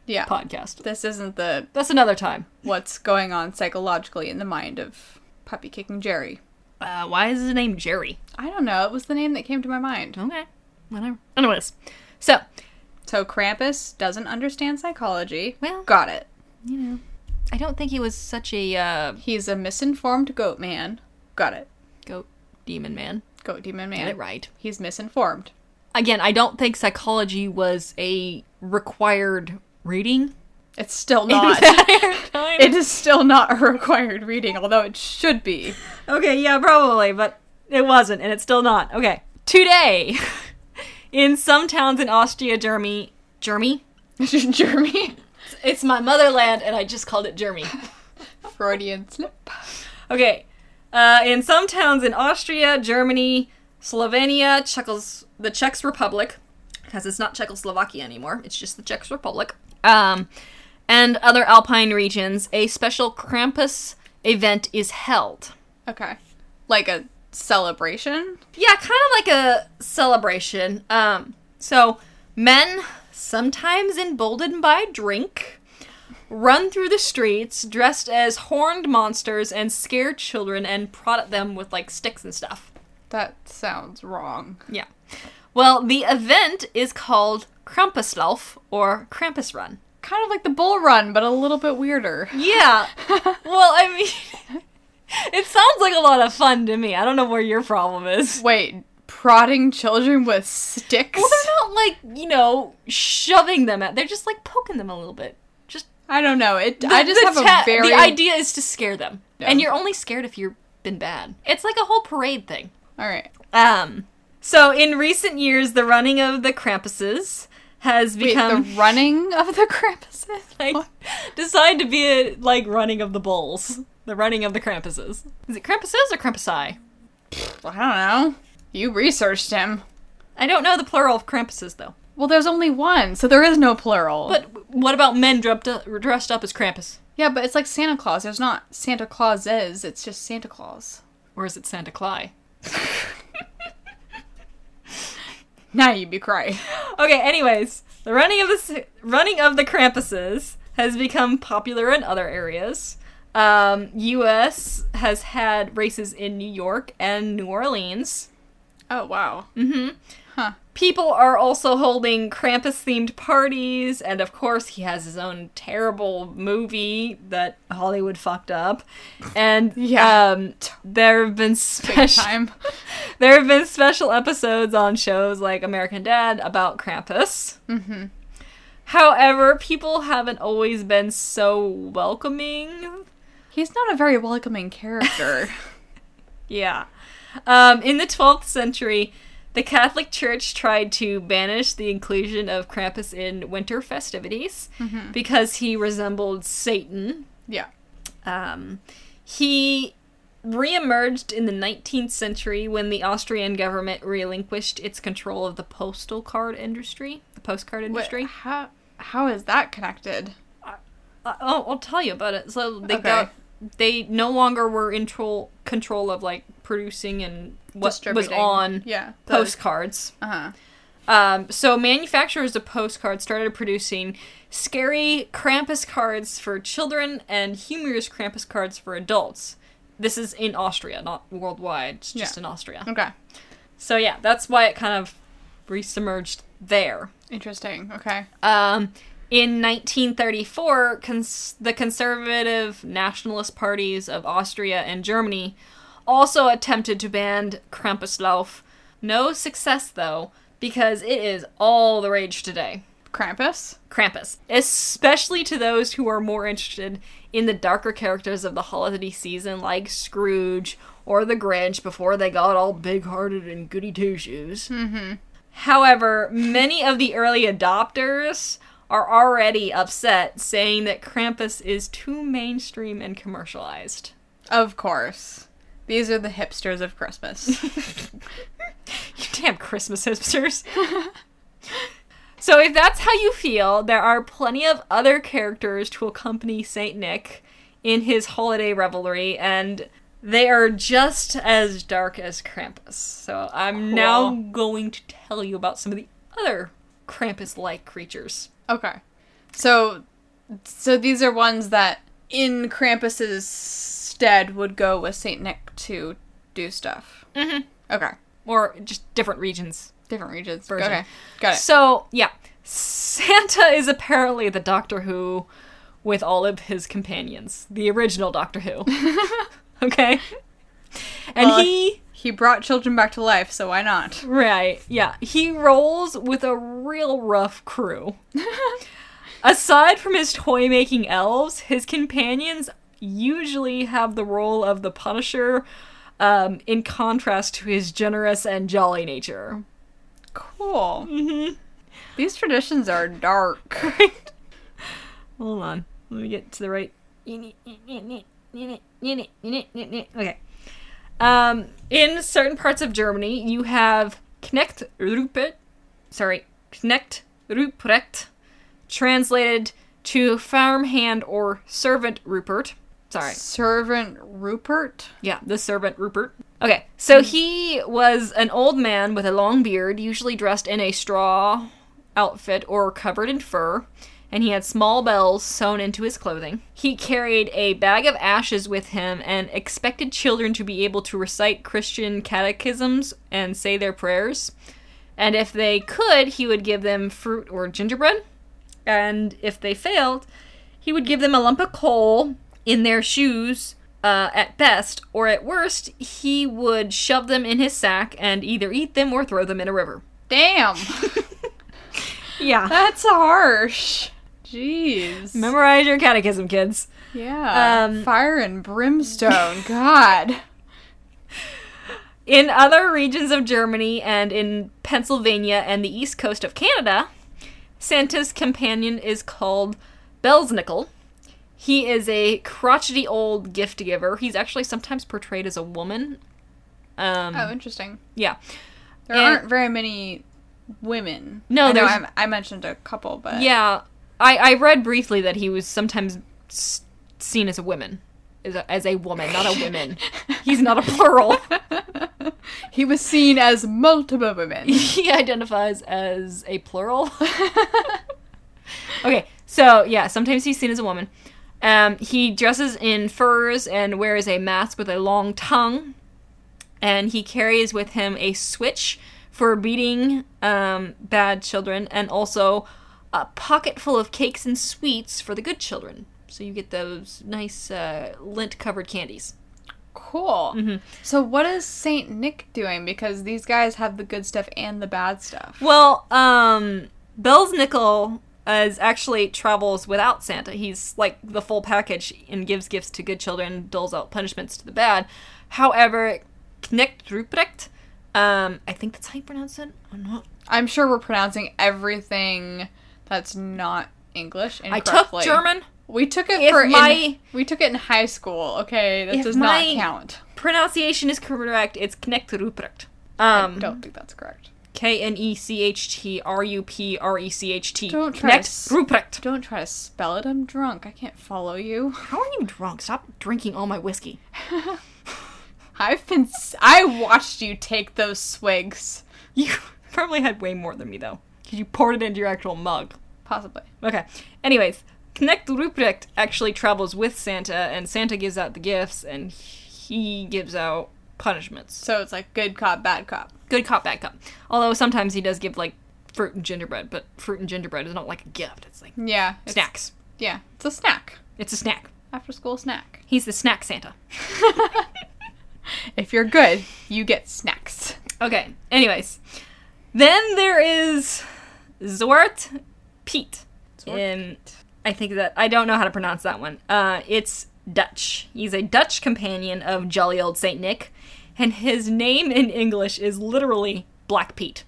Speaker 1: yeah.
Speaker 2: podcast.
Speaker 1: This isn't the
Speaker 2: That's another time.
Speaker 1: what's going on psychologically in the mind of puppy kicking Jerry.
Speaker 2: Uh, why is his name Jerry?
Speaker 1: I don't know. It was the name that came to my mind.
Speaker 2: Okay. Whatever. Anyways. So,
Speaker 1: So Krampus doesn't understand psychology.
Speaker 2: Well-
Speaker 1: got it.
Speaker 2: you know, I don't think he was such a uh,
Speaker 1: He's a misinformed goat man. Got it.
Speaker 2: goat demon man.
Speaker 1: Goat demon man.
Speaker 2: Get it right.
Speaker 1: He's misinformed.
Speaker 2: Again, I don't think psychology was a required reading.
Speaker 1: It's
Speaker 2: (laughs)
Speaker 1: still
Speaker 2: in
Speaker 1: not.
Speaker 2: that time.
Speaker 1: it is still not a required reading, although it should be. (laughs)
Speaker 2: Okay, yeah, probably, but it wasn't, and it's still not. Okay. Today, (laughs) in some towns in Austria, Germany, Germany?
Speaker 1: Jeremy.
Speaker 2: It's my motherland, and I just called it (laughs) Germany.
Speaker 1: Freudian slip.
Speaker 2: Okay. Uh, in some towns in Austria, Germany, Slovenia, Czechos, the Czech Republic, because it's not Czechoslovakia anymore, it's just the Czech Republic, um, and other alpine regions, a special Krampus event is held.
Speaker 1: Okay. Like a celebration?
Speaker 2: Yeah, kind of like a celebration. Um, so men, sometimes emboldened by drink, run through the streets dressed as horned monsters and scare children and prod at them with like sticks and stuff.
Speaker 1: That sounds wrong.
Speaker 2: Yeah. Well, the event is called Krampuslauf or Krampus Run.
Speaker 1: Kind of like the bull run, but a little bit weirder. (laughs)
Speaker 2: Yeah. well, I mean, (laughs) it sounds like a lot of fun to me. I don't know where your problem is.
Speaker 1: Wait, prodding children with sticks?
Speaker 2: Well, they're not like you know shoving them at. They're just like poking them a little bit. Just
Speaker 1: I don't know. It. I just
Speaker 2: the
Speaker 1: have
Speaker 2: ta-
Speaker 1: a very
Speaker 2: the idea is to scare them,
Speaker 1: Yeah.
Speaker 2: and you're only scared if you've been bad. It's like a whole parade thing.
Speaker 1: All right.
Speaker 2: Um. So in recent years, the running of the Krampuses has
Speaker 1: Wait,
Speaker 2: become
Speaker 1: the running of the (laughs) Krampuses.
Speaker 2: (laughs) like designed to be a, like running of the bulls. The running of the Krampuses. Is it Krampuses or Krampusi?
Speaker 1: I don't know. You researched him.
Speaker 2: I don't know the plural of Krampuses though.
Speaker 1: Well, there's only one, so there is no plural.
Speaker 2: But what about men dressed up, dressed up as Krampus?
Speaker 1: yeah, but it's like Santa Claus. There's not Santa Clauses. It's just Santa
Speaker 2: (laughs)
Speaker 1: Claus.
Speaker 2: Or is it Santa Claus?
Speaker 1: Now you be crying.
Speaker 2: Okay, anyways, the running of the s- running of the Krampuses has become popular in other areas. Um, U.S. has had races in New York and New Orleans.
Speaker 1: Oh wow.
Speaker 2: People are also holding Krampus themed parties, and of course, he has his own terrible movie that Hollywood fucked up. And
Speaker 1: Yeah.
Speaker 2: um, there have been special
Speaker 1: Time.
Speaker 2: (laughs) there have been special episodes on shows like American Dad about Krampus. Mm-hmm. However, people haven't always been so welcoming.
Speaker 1: He's not a very welcoming
Speaker 2: (laughs)
Speaker 1: character.
Speaker 2: Yeah. Um, in the 12th century, the Catholic Church tried to banish the inclusion of Krampus in winter festivities because he resembled Satan,
Speaker 1: yeah.
Speaker 2: Um, he reemerged in the 19th century when the Austrian government relinquished its control of the postal card industry, the postcard
Speaker 1: Wait,
Speaker 2: industry.
Speaker 1: how how is that connected?
Speaker 2: I- I'll, Uh, oh, I'll tell you about it. So they
Speaker 1: Okay.
Speaker 2: got they no longer were in trol- control of like producing and what was
Speaker 1: Distributing.
Speaker 2: on
Speaker 1: yeah the-
Speaker 2: postcards.
Speaker 1: uh-huh.
Speaker 2: Um, so manufacturers of postcards started producing scary Krampus cards for children and humorous Krampus cards for adults. This is in Austria, not worldwide. It's just
Speaker 1: Yeah.
Speaker 2: in Austria.
Speaker 1: Okay.
Speaker 2: So yeah, that's why it kind of resubmerged there.
Speaker 1: Interesting. Okay.
Speaker 2: Um, in 1934, cons- the conservative nationalist parties of Austria and Germany also attempted to ban Krampuslauf. No success, though, because it is all the rage today. (laughs)
Speaker 1: Krampus.
Speaker 2: Krampus, especially to those who are more interested in the darker characters of the holiday season, like Scrooge or the Grinch, before they got all big hearted and goody two shoes. Mm-hmm. However, many of the early adopters are already upset, saying that Krampus is too mainstream and commercialized.
Speaker 1: Of course. These are the hipsters of Christmas.
Speaker 2: You (laughs) damn Christmas hipsters. (laughs) so, if that's how you feel, there are plenty of other characters to accompany St. Nick in his holiday revelry, and they are just as dark as Krampus. So, I'm now going to tell you about some of the other Krampus like creatures.
Speaker 1: okay. So so these are ones that in Krampus's stead would go with Saint Nick to do stuff. Mm-hmm. Okay.
Speaker 2: Or just different regions.
Speaker 1: Different regions.
Speaker 2: Version.
Speaker 1: Okay. Got it.
Speaker 2: So, yeah. Santa is apparently the Doctor Who with all of his companions. The original Doctor Who. okay? And
Speaker 1: Well,
Speaker 2: he.
Speaker 1: he brought children back to life, so why not?
Speaker 2: Right, yeah. He rolls with a real rough crew. Aside from his toy making elves, his companions usually have the role of the Punisher um, in contrast to his generous and jolly nature.
Speaker 1: (laughs) Cool. Mm-hmm. (laughs) These traditions are (laughs) dark.
Speaker 2: Right. Hold on. Let me get to the right. Okay. Um, in certain parts of Germany, you have Knecht Ruprecht, sorry, Knecht Ruprecht, translated to farmhand or servant Rupert. Sorry.
Speaker 1: Servant Rupert.
Speaker 2: Yeah, the servant Rupert. Okay, so he was an old man with a long beard, usually dressed in a straw outfit or covered in fur, and he had small bells sewn into his clothing. He carried a bag of ashes with him and expected children to be able to recite Christian catechisms and say their prayers. And if they could, he would give them fruit or gingerbread. And if they failed, he would give them a lump of coal in their shoes uh, at best, or at worst, he would shove them in his sack and either eat them or throw them in a river.
Speaker 1: (laughs) Damn.
Speaker 2: Yeah.
Speaker 1: That's harsh. Jeez.
Speaker 2: (laughs) Memorize your catechism, kids.
Speaker 1: yeah.
Speaker 2: Um,
Speaker 1: Fire and brimstone. God.
Speaker 2: In other regions of Germany and in Pennsylvania and the east coast of Canada, Santa's companion is called Belznickel. He is a crotchety old gift giver. He's actually sometimes portrayed as a woman. Um,
Speaker 1: Oh, interesting.
Speaker 2: Yeah.
Speaker 1: There
Speaker 2: And-
Speaker 1: aren't very many women.
Speaker 2: No,
Speaker 1: I know
Speaker 2: there's-
Speaker 1: I'm, I mentioned a couple, but
Speaker 2: Yeah, I, I read briefly that he was sometimes s- seen as a woman, as a, as a woman, not a women. (laughs) He's not a plural.
Speaker 1: (laughs) he was seen as multiple women.
Speaker 2: (laughs) he identifies as a plural. okay, so yeah, sometimes he's seen as a woman. Um, he dresses in furs and wears a mask with a long tongue, and he carries with him a switch for beating um, bad children, and also a pocket full of cakes and sweets for the good children. So you get those nice uh, lint-covered candies.
Speaker 1: (laughs) Cool.
Speaker 2: Mm-hmm.
Speaker 1: So, what is Saint Nick doing? Because these guys have the good stuff and the bad stuff.
Speaker 2: Well, um, Bell's Nickel is actually travels without Santa. He's like the full package and gives gifts to good children, doles out punishments to the bad. However, Knecht Ruprecht, um, I think that's how you pronounce it. I'm not.
Speaker 1: I'm sure we're pronouncing everything that's not English
Speaker 2: I
Speaker 1: incorrectly.
Speaker 2: took German.
Speaker 1: We took it
Speaker 2: If
Speaker 1: for in-
Speaker 2: my-
Speaker 1: we took it in high school. Okay, that
Speaker 2: If
Speaker 1: does
Speaker 2: my-
Speaker 1: not count.
Speaker 2: Pronunciation is correct. It's Knecht Ruprecht. Um,
Speaker 1: Don't think that's correct.
Speaker 2: K N E C H T R U P R E C H T.
Speaker 1: Don't try to
Speaker 2: Knecht
Speaker 1: s-
Speaker 2: Ruprecht.
Speaker 1: Don't try to spell it. I'm drunk. I can't follow you.
Speaker 2: How are you drunk? Stop drinking all my whiskey.
Speaker 1: I've been. s- I watched you take those swigs.
Speaker 2: You (laughs) probably had way more than me though, because you poured it into your actual mug.
Speaker 1: Possibly.
Speaker 2: Okay. Anyways, Knecht Ruprecht actually travels with Santa, and Santa gives out the gifts, and he gives out punishments.
Speaker 1: So it's like good cop, bad cop.
Speaker 2: Good cop, bad cop. Although sometimes he does give like fruit and gingerbread, but fruit and gingerbread is not like a gift. It's like
Speaker 1: Yeah. It's,
Speaker 2: snacks.
Speaker 1: Yeah. It's a snack.
Speaker 2: It's a snack.
Speaker 1: After school snack.
Speaker 2: He's the snack Santa.
Speaker 1: (laughs) If you're good, you get snacks.
Speaker 2: Okay. Anyways, then there is Zwart Pete.
Speaker 1: Zwart.
Speaker 2: Um, I think that I don't know how to pronounce that one. Uh, it's Dutch. He's a Dutch companion of jolly old Saint Nick, and his name in English is literally Black Pete.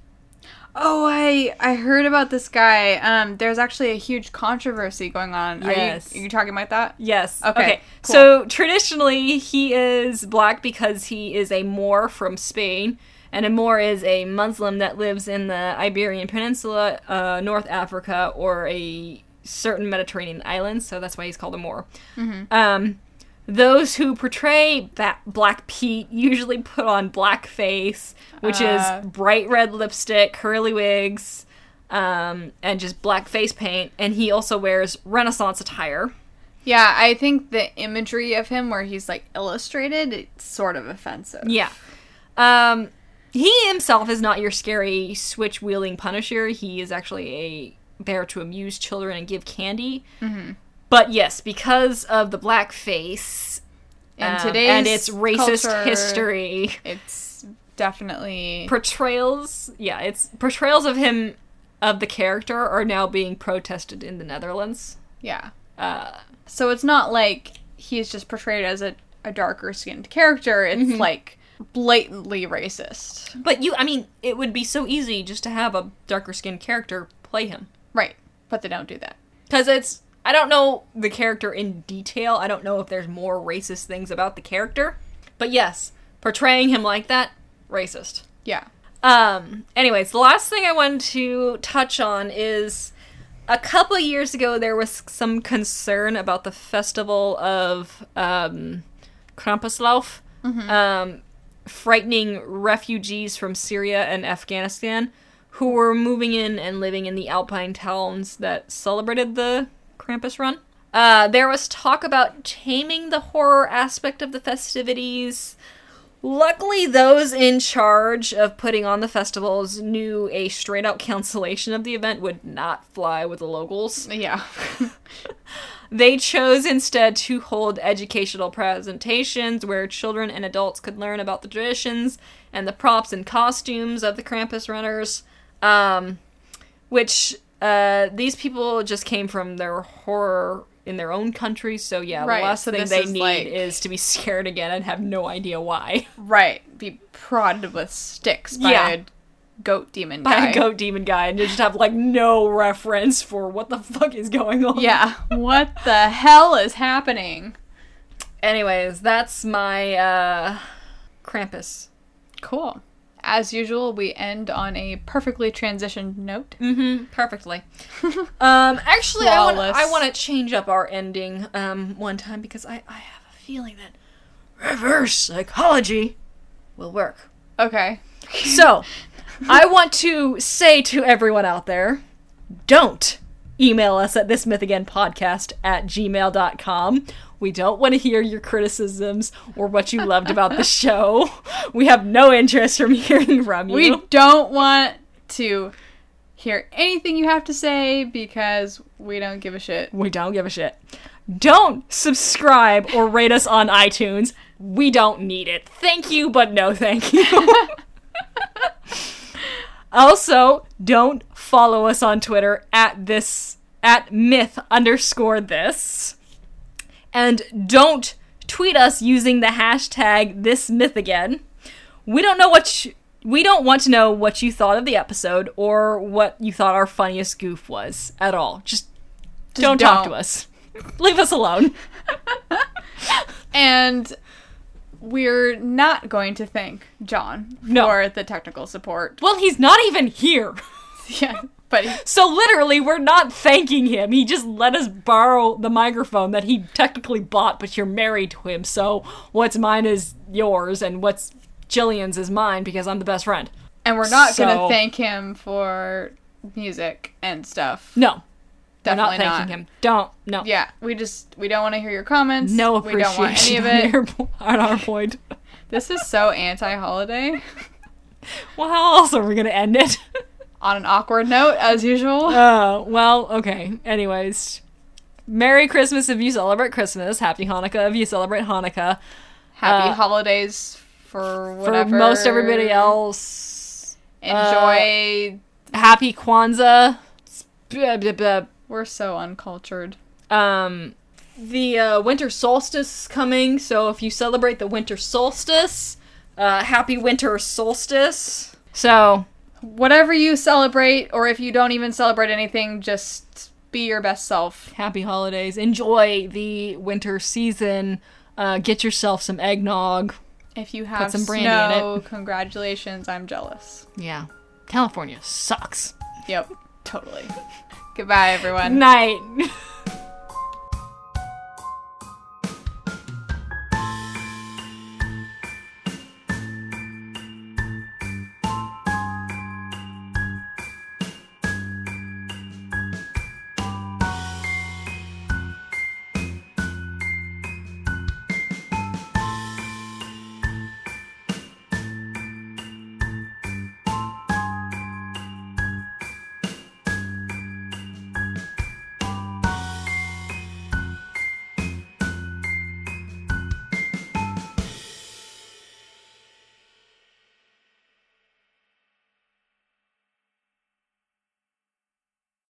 Speaker 1: Oh, I I heard about this guy. Um, there's actually a huge controversy going on.
Speaker 2: Yes.
Speaker 1: Are you, are you talking about that?
Speaker 2: Yes.
Speaker 1: Okay, cool.
Speaker 2: So traditionally, he is black because he is a Moor from Spain, and a Moor is a Muslim that lives in the Iberian Peninsula, uh, North Africa, or a certain Mediterranean island. So that's why he's called a Moor.
Speaker 1: Mm-hmm.
Speaker 2: Um, those who portray that Black Pete usually put on blackface, which
Speaker 1: Uh.
Speaker 2: is bright red lipstick, curly wigs, um, and just black face paint. And he also wears Renaissance attire.
Speaker 1: Yeah, I think the imagery of him where he's like illustrated, it's sort of offensive.
Speaker 2: Yeah. Um, he himself is not your scary switch wielding Punisher. He is actually a there to amuse children and give candy. Mm-hmm. But yes, because of the blackface
Speaker 1: In
Speaker 2: um,
Speaker 1: today's
Speaker 2: and its racist
Speaker 1: culture,
Speaker 2: history
Speaker 1: it's definitely
Speaker 2: portrayals, yeah, it's portrayals of him of the character are now being protested in the Netherlands.
Speaker 1: yeah.
Speaker 2: Uh,
Speaker 1: So it's not like he's just portrayed as a, a darker skinned character. It's
Speaker 2: Mm-hmm.
Speaker 1: like blatantly racist.
Speaker 2: but you, I mean, it would be so easy just to have a darker skinned character play him.
Speaker 1: Right. But they don't do that.
Speaker 2: Because it's. I don't know the character in detail. I don't know if there's more racist things about the character. But yes, portraying him like that, racist.
Speaker 1: Yeah.
Speaker 2: Um, anyways, the last thing I wanted to touch on is a couple of years ago there was some concern about the festival of um, Krampuslauf, um, frightening refugees from Syria and Afghanistan who were moving in and living in the Alpine towns that celebrated the Krampus run. Uh, there was talk about taming the horror aspect of the festivities. Luckily, those in charge of putting on the festivals knew a straight out cancellation of the event would not fly with the locals.
Speaker 1: Yeah.
Speaker 2: They chose instead to hold educational presentations where children and adults could learn about the traditions and the props and costumes of the Krampus runners, um, which uh, these people just came from their horror in their own country. So yeah,
Speaker 1: Right,
Speaker 2: the last
Speaker 1: so
Speaker 2: thing
Speaker 1: this
Speaker 2: they
Speaker 1: is
Speaker 2: need
Speaker 1: like-
Speaker 2: is to be (laughs) scared again and have no idea why
Speaker 1: (laughs)
Speaker 2: (laughs)
Speaker 1: right. Be prodded with sticks by
Speaker 2: Yeah.
Speaker 1: a goat demon
Speaker 2: by
Speaker 1: guy.
Speaker 2: a goat demon guy and just have like no reference for what the (laughs) fuck is going on.
Speaker 1: Yeah. what the hell is happening?
Speaker 2: Anyways, that's my uh, Krampus.
Speaker 1: Cool. As usual, we end on a perfectly transitioned note.
Speaker 2: Mm-hmm.
Speaker 1: (laughs)
Speaker 2: Perfectly. um, actually, I want
Speaker 1: Flawless.
Speaker 2: I want to change up our ending um one time because I I have a feeling that reverse psychology
Speaker 1: (laughs)
Speaker 2: will work.
Speaker 1: Okay.
Speaker 2: So, I want to say to everyone out there, don't email us at this myth again podcast at gmail.com. We don't want to hear your criticisms or what you loved about
Speaker 1: (laughs)
Speaker 2: the show. We have no interest from hearing from you.
Speaker 1: We don't want to hear anything you have to say because we don't give a shit.
Speaker 2: We don't give a shit. Don't subscribe or rate us on iTunes. We don't need it. Thank you, but no thank you. (laughs) also, don't follow us on Twitter at this at myth underscore this. And don't tweet us using the hashtag this myth again. We don't know what you, we don't want to know what you thought of the episode or what you thought our funniest goof was at all. Just don't, talk to
Speaker 1: don't.
Speaker 2: us. Leave us alone.
Speaker 1: And we're not going to thank John
Speaker 2: No.
Speaker 1: for the technical support. (laughs)
Speaker 2: Well, he's not even here.
Speaker 1: yeah, but
Speaker 2: So literally, we're not thanking him. He just let us borrow the microphone that he technically bought, but you're married to him. So what's mine is yours, and what's Jillian's is mine because I'm the best friend.
Speaker 1: and we're not going
Speaker 2: So-
Speaker 1: to thank him for music and stuff.
Speaker 2: No, we're not
Speaker 1: Definitely
Speaker 2: thanking him. Don't. No.
Speaker 1: Yeah, we just we don't want to hear your comments.
Speaker 2: No
Speaker 1: we don't want any
Speaker 2: appreciation
Speaker 1: of it.
Speaker 2: on, our, on our point.
Speaker 1: This is so anti-holiday. (laughs)
Speaker 2: Well, how else are we gonna end it? (laughs)
Speaker 1: On an awkward note, as usual.
Speaker 2: Uh, well, okay. Anyways, Merry Christmas if you celebrate Christmas. Happy Hanukkah if you celebrate Hanukkah.
Speaker 1: Happy
Speaker 2: uh,
Speaker 1: holidays for whatever.
Speaker 2: For most everybody else,
Speaker 1: Enjoy
Speaker 2: Happy Kwanzaa. blah, blah, blah.
Speaker 1: We're so uncultured.
Speaker 2: Um, the uh, winter solstice is coming, so if you celebrate the winter solstice, uh, happy winter solstice. So,
Speaker 1: Whatever you celebrate, or if you don't even celebrate anything, just be your best self.
Speaker 2: happy holidays. Enjoy the winter season. Uh, get yourself some eggnog.
Speaker 1: If you have
Speaker 2: some brandy in
Speaker 1: snow, congratulations. I'm jealous.
Speaker 2: Yeah. California sucks. (laughs)
Speaker 1: Yep, totally. Goodbye, everyone.
Speaker 2: Night. (laughs)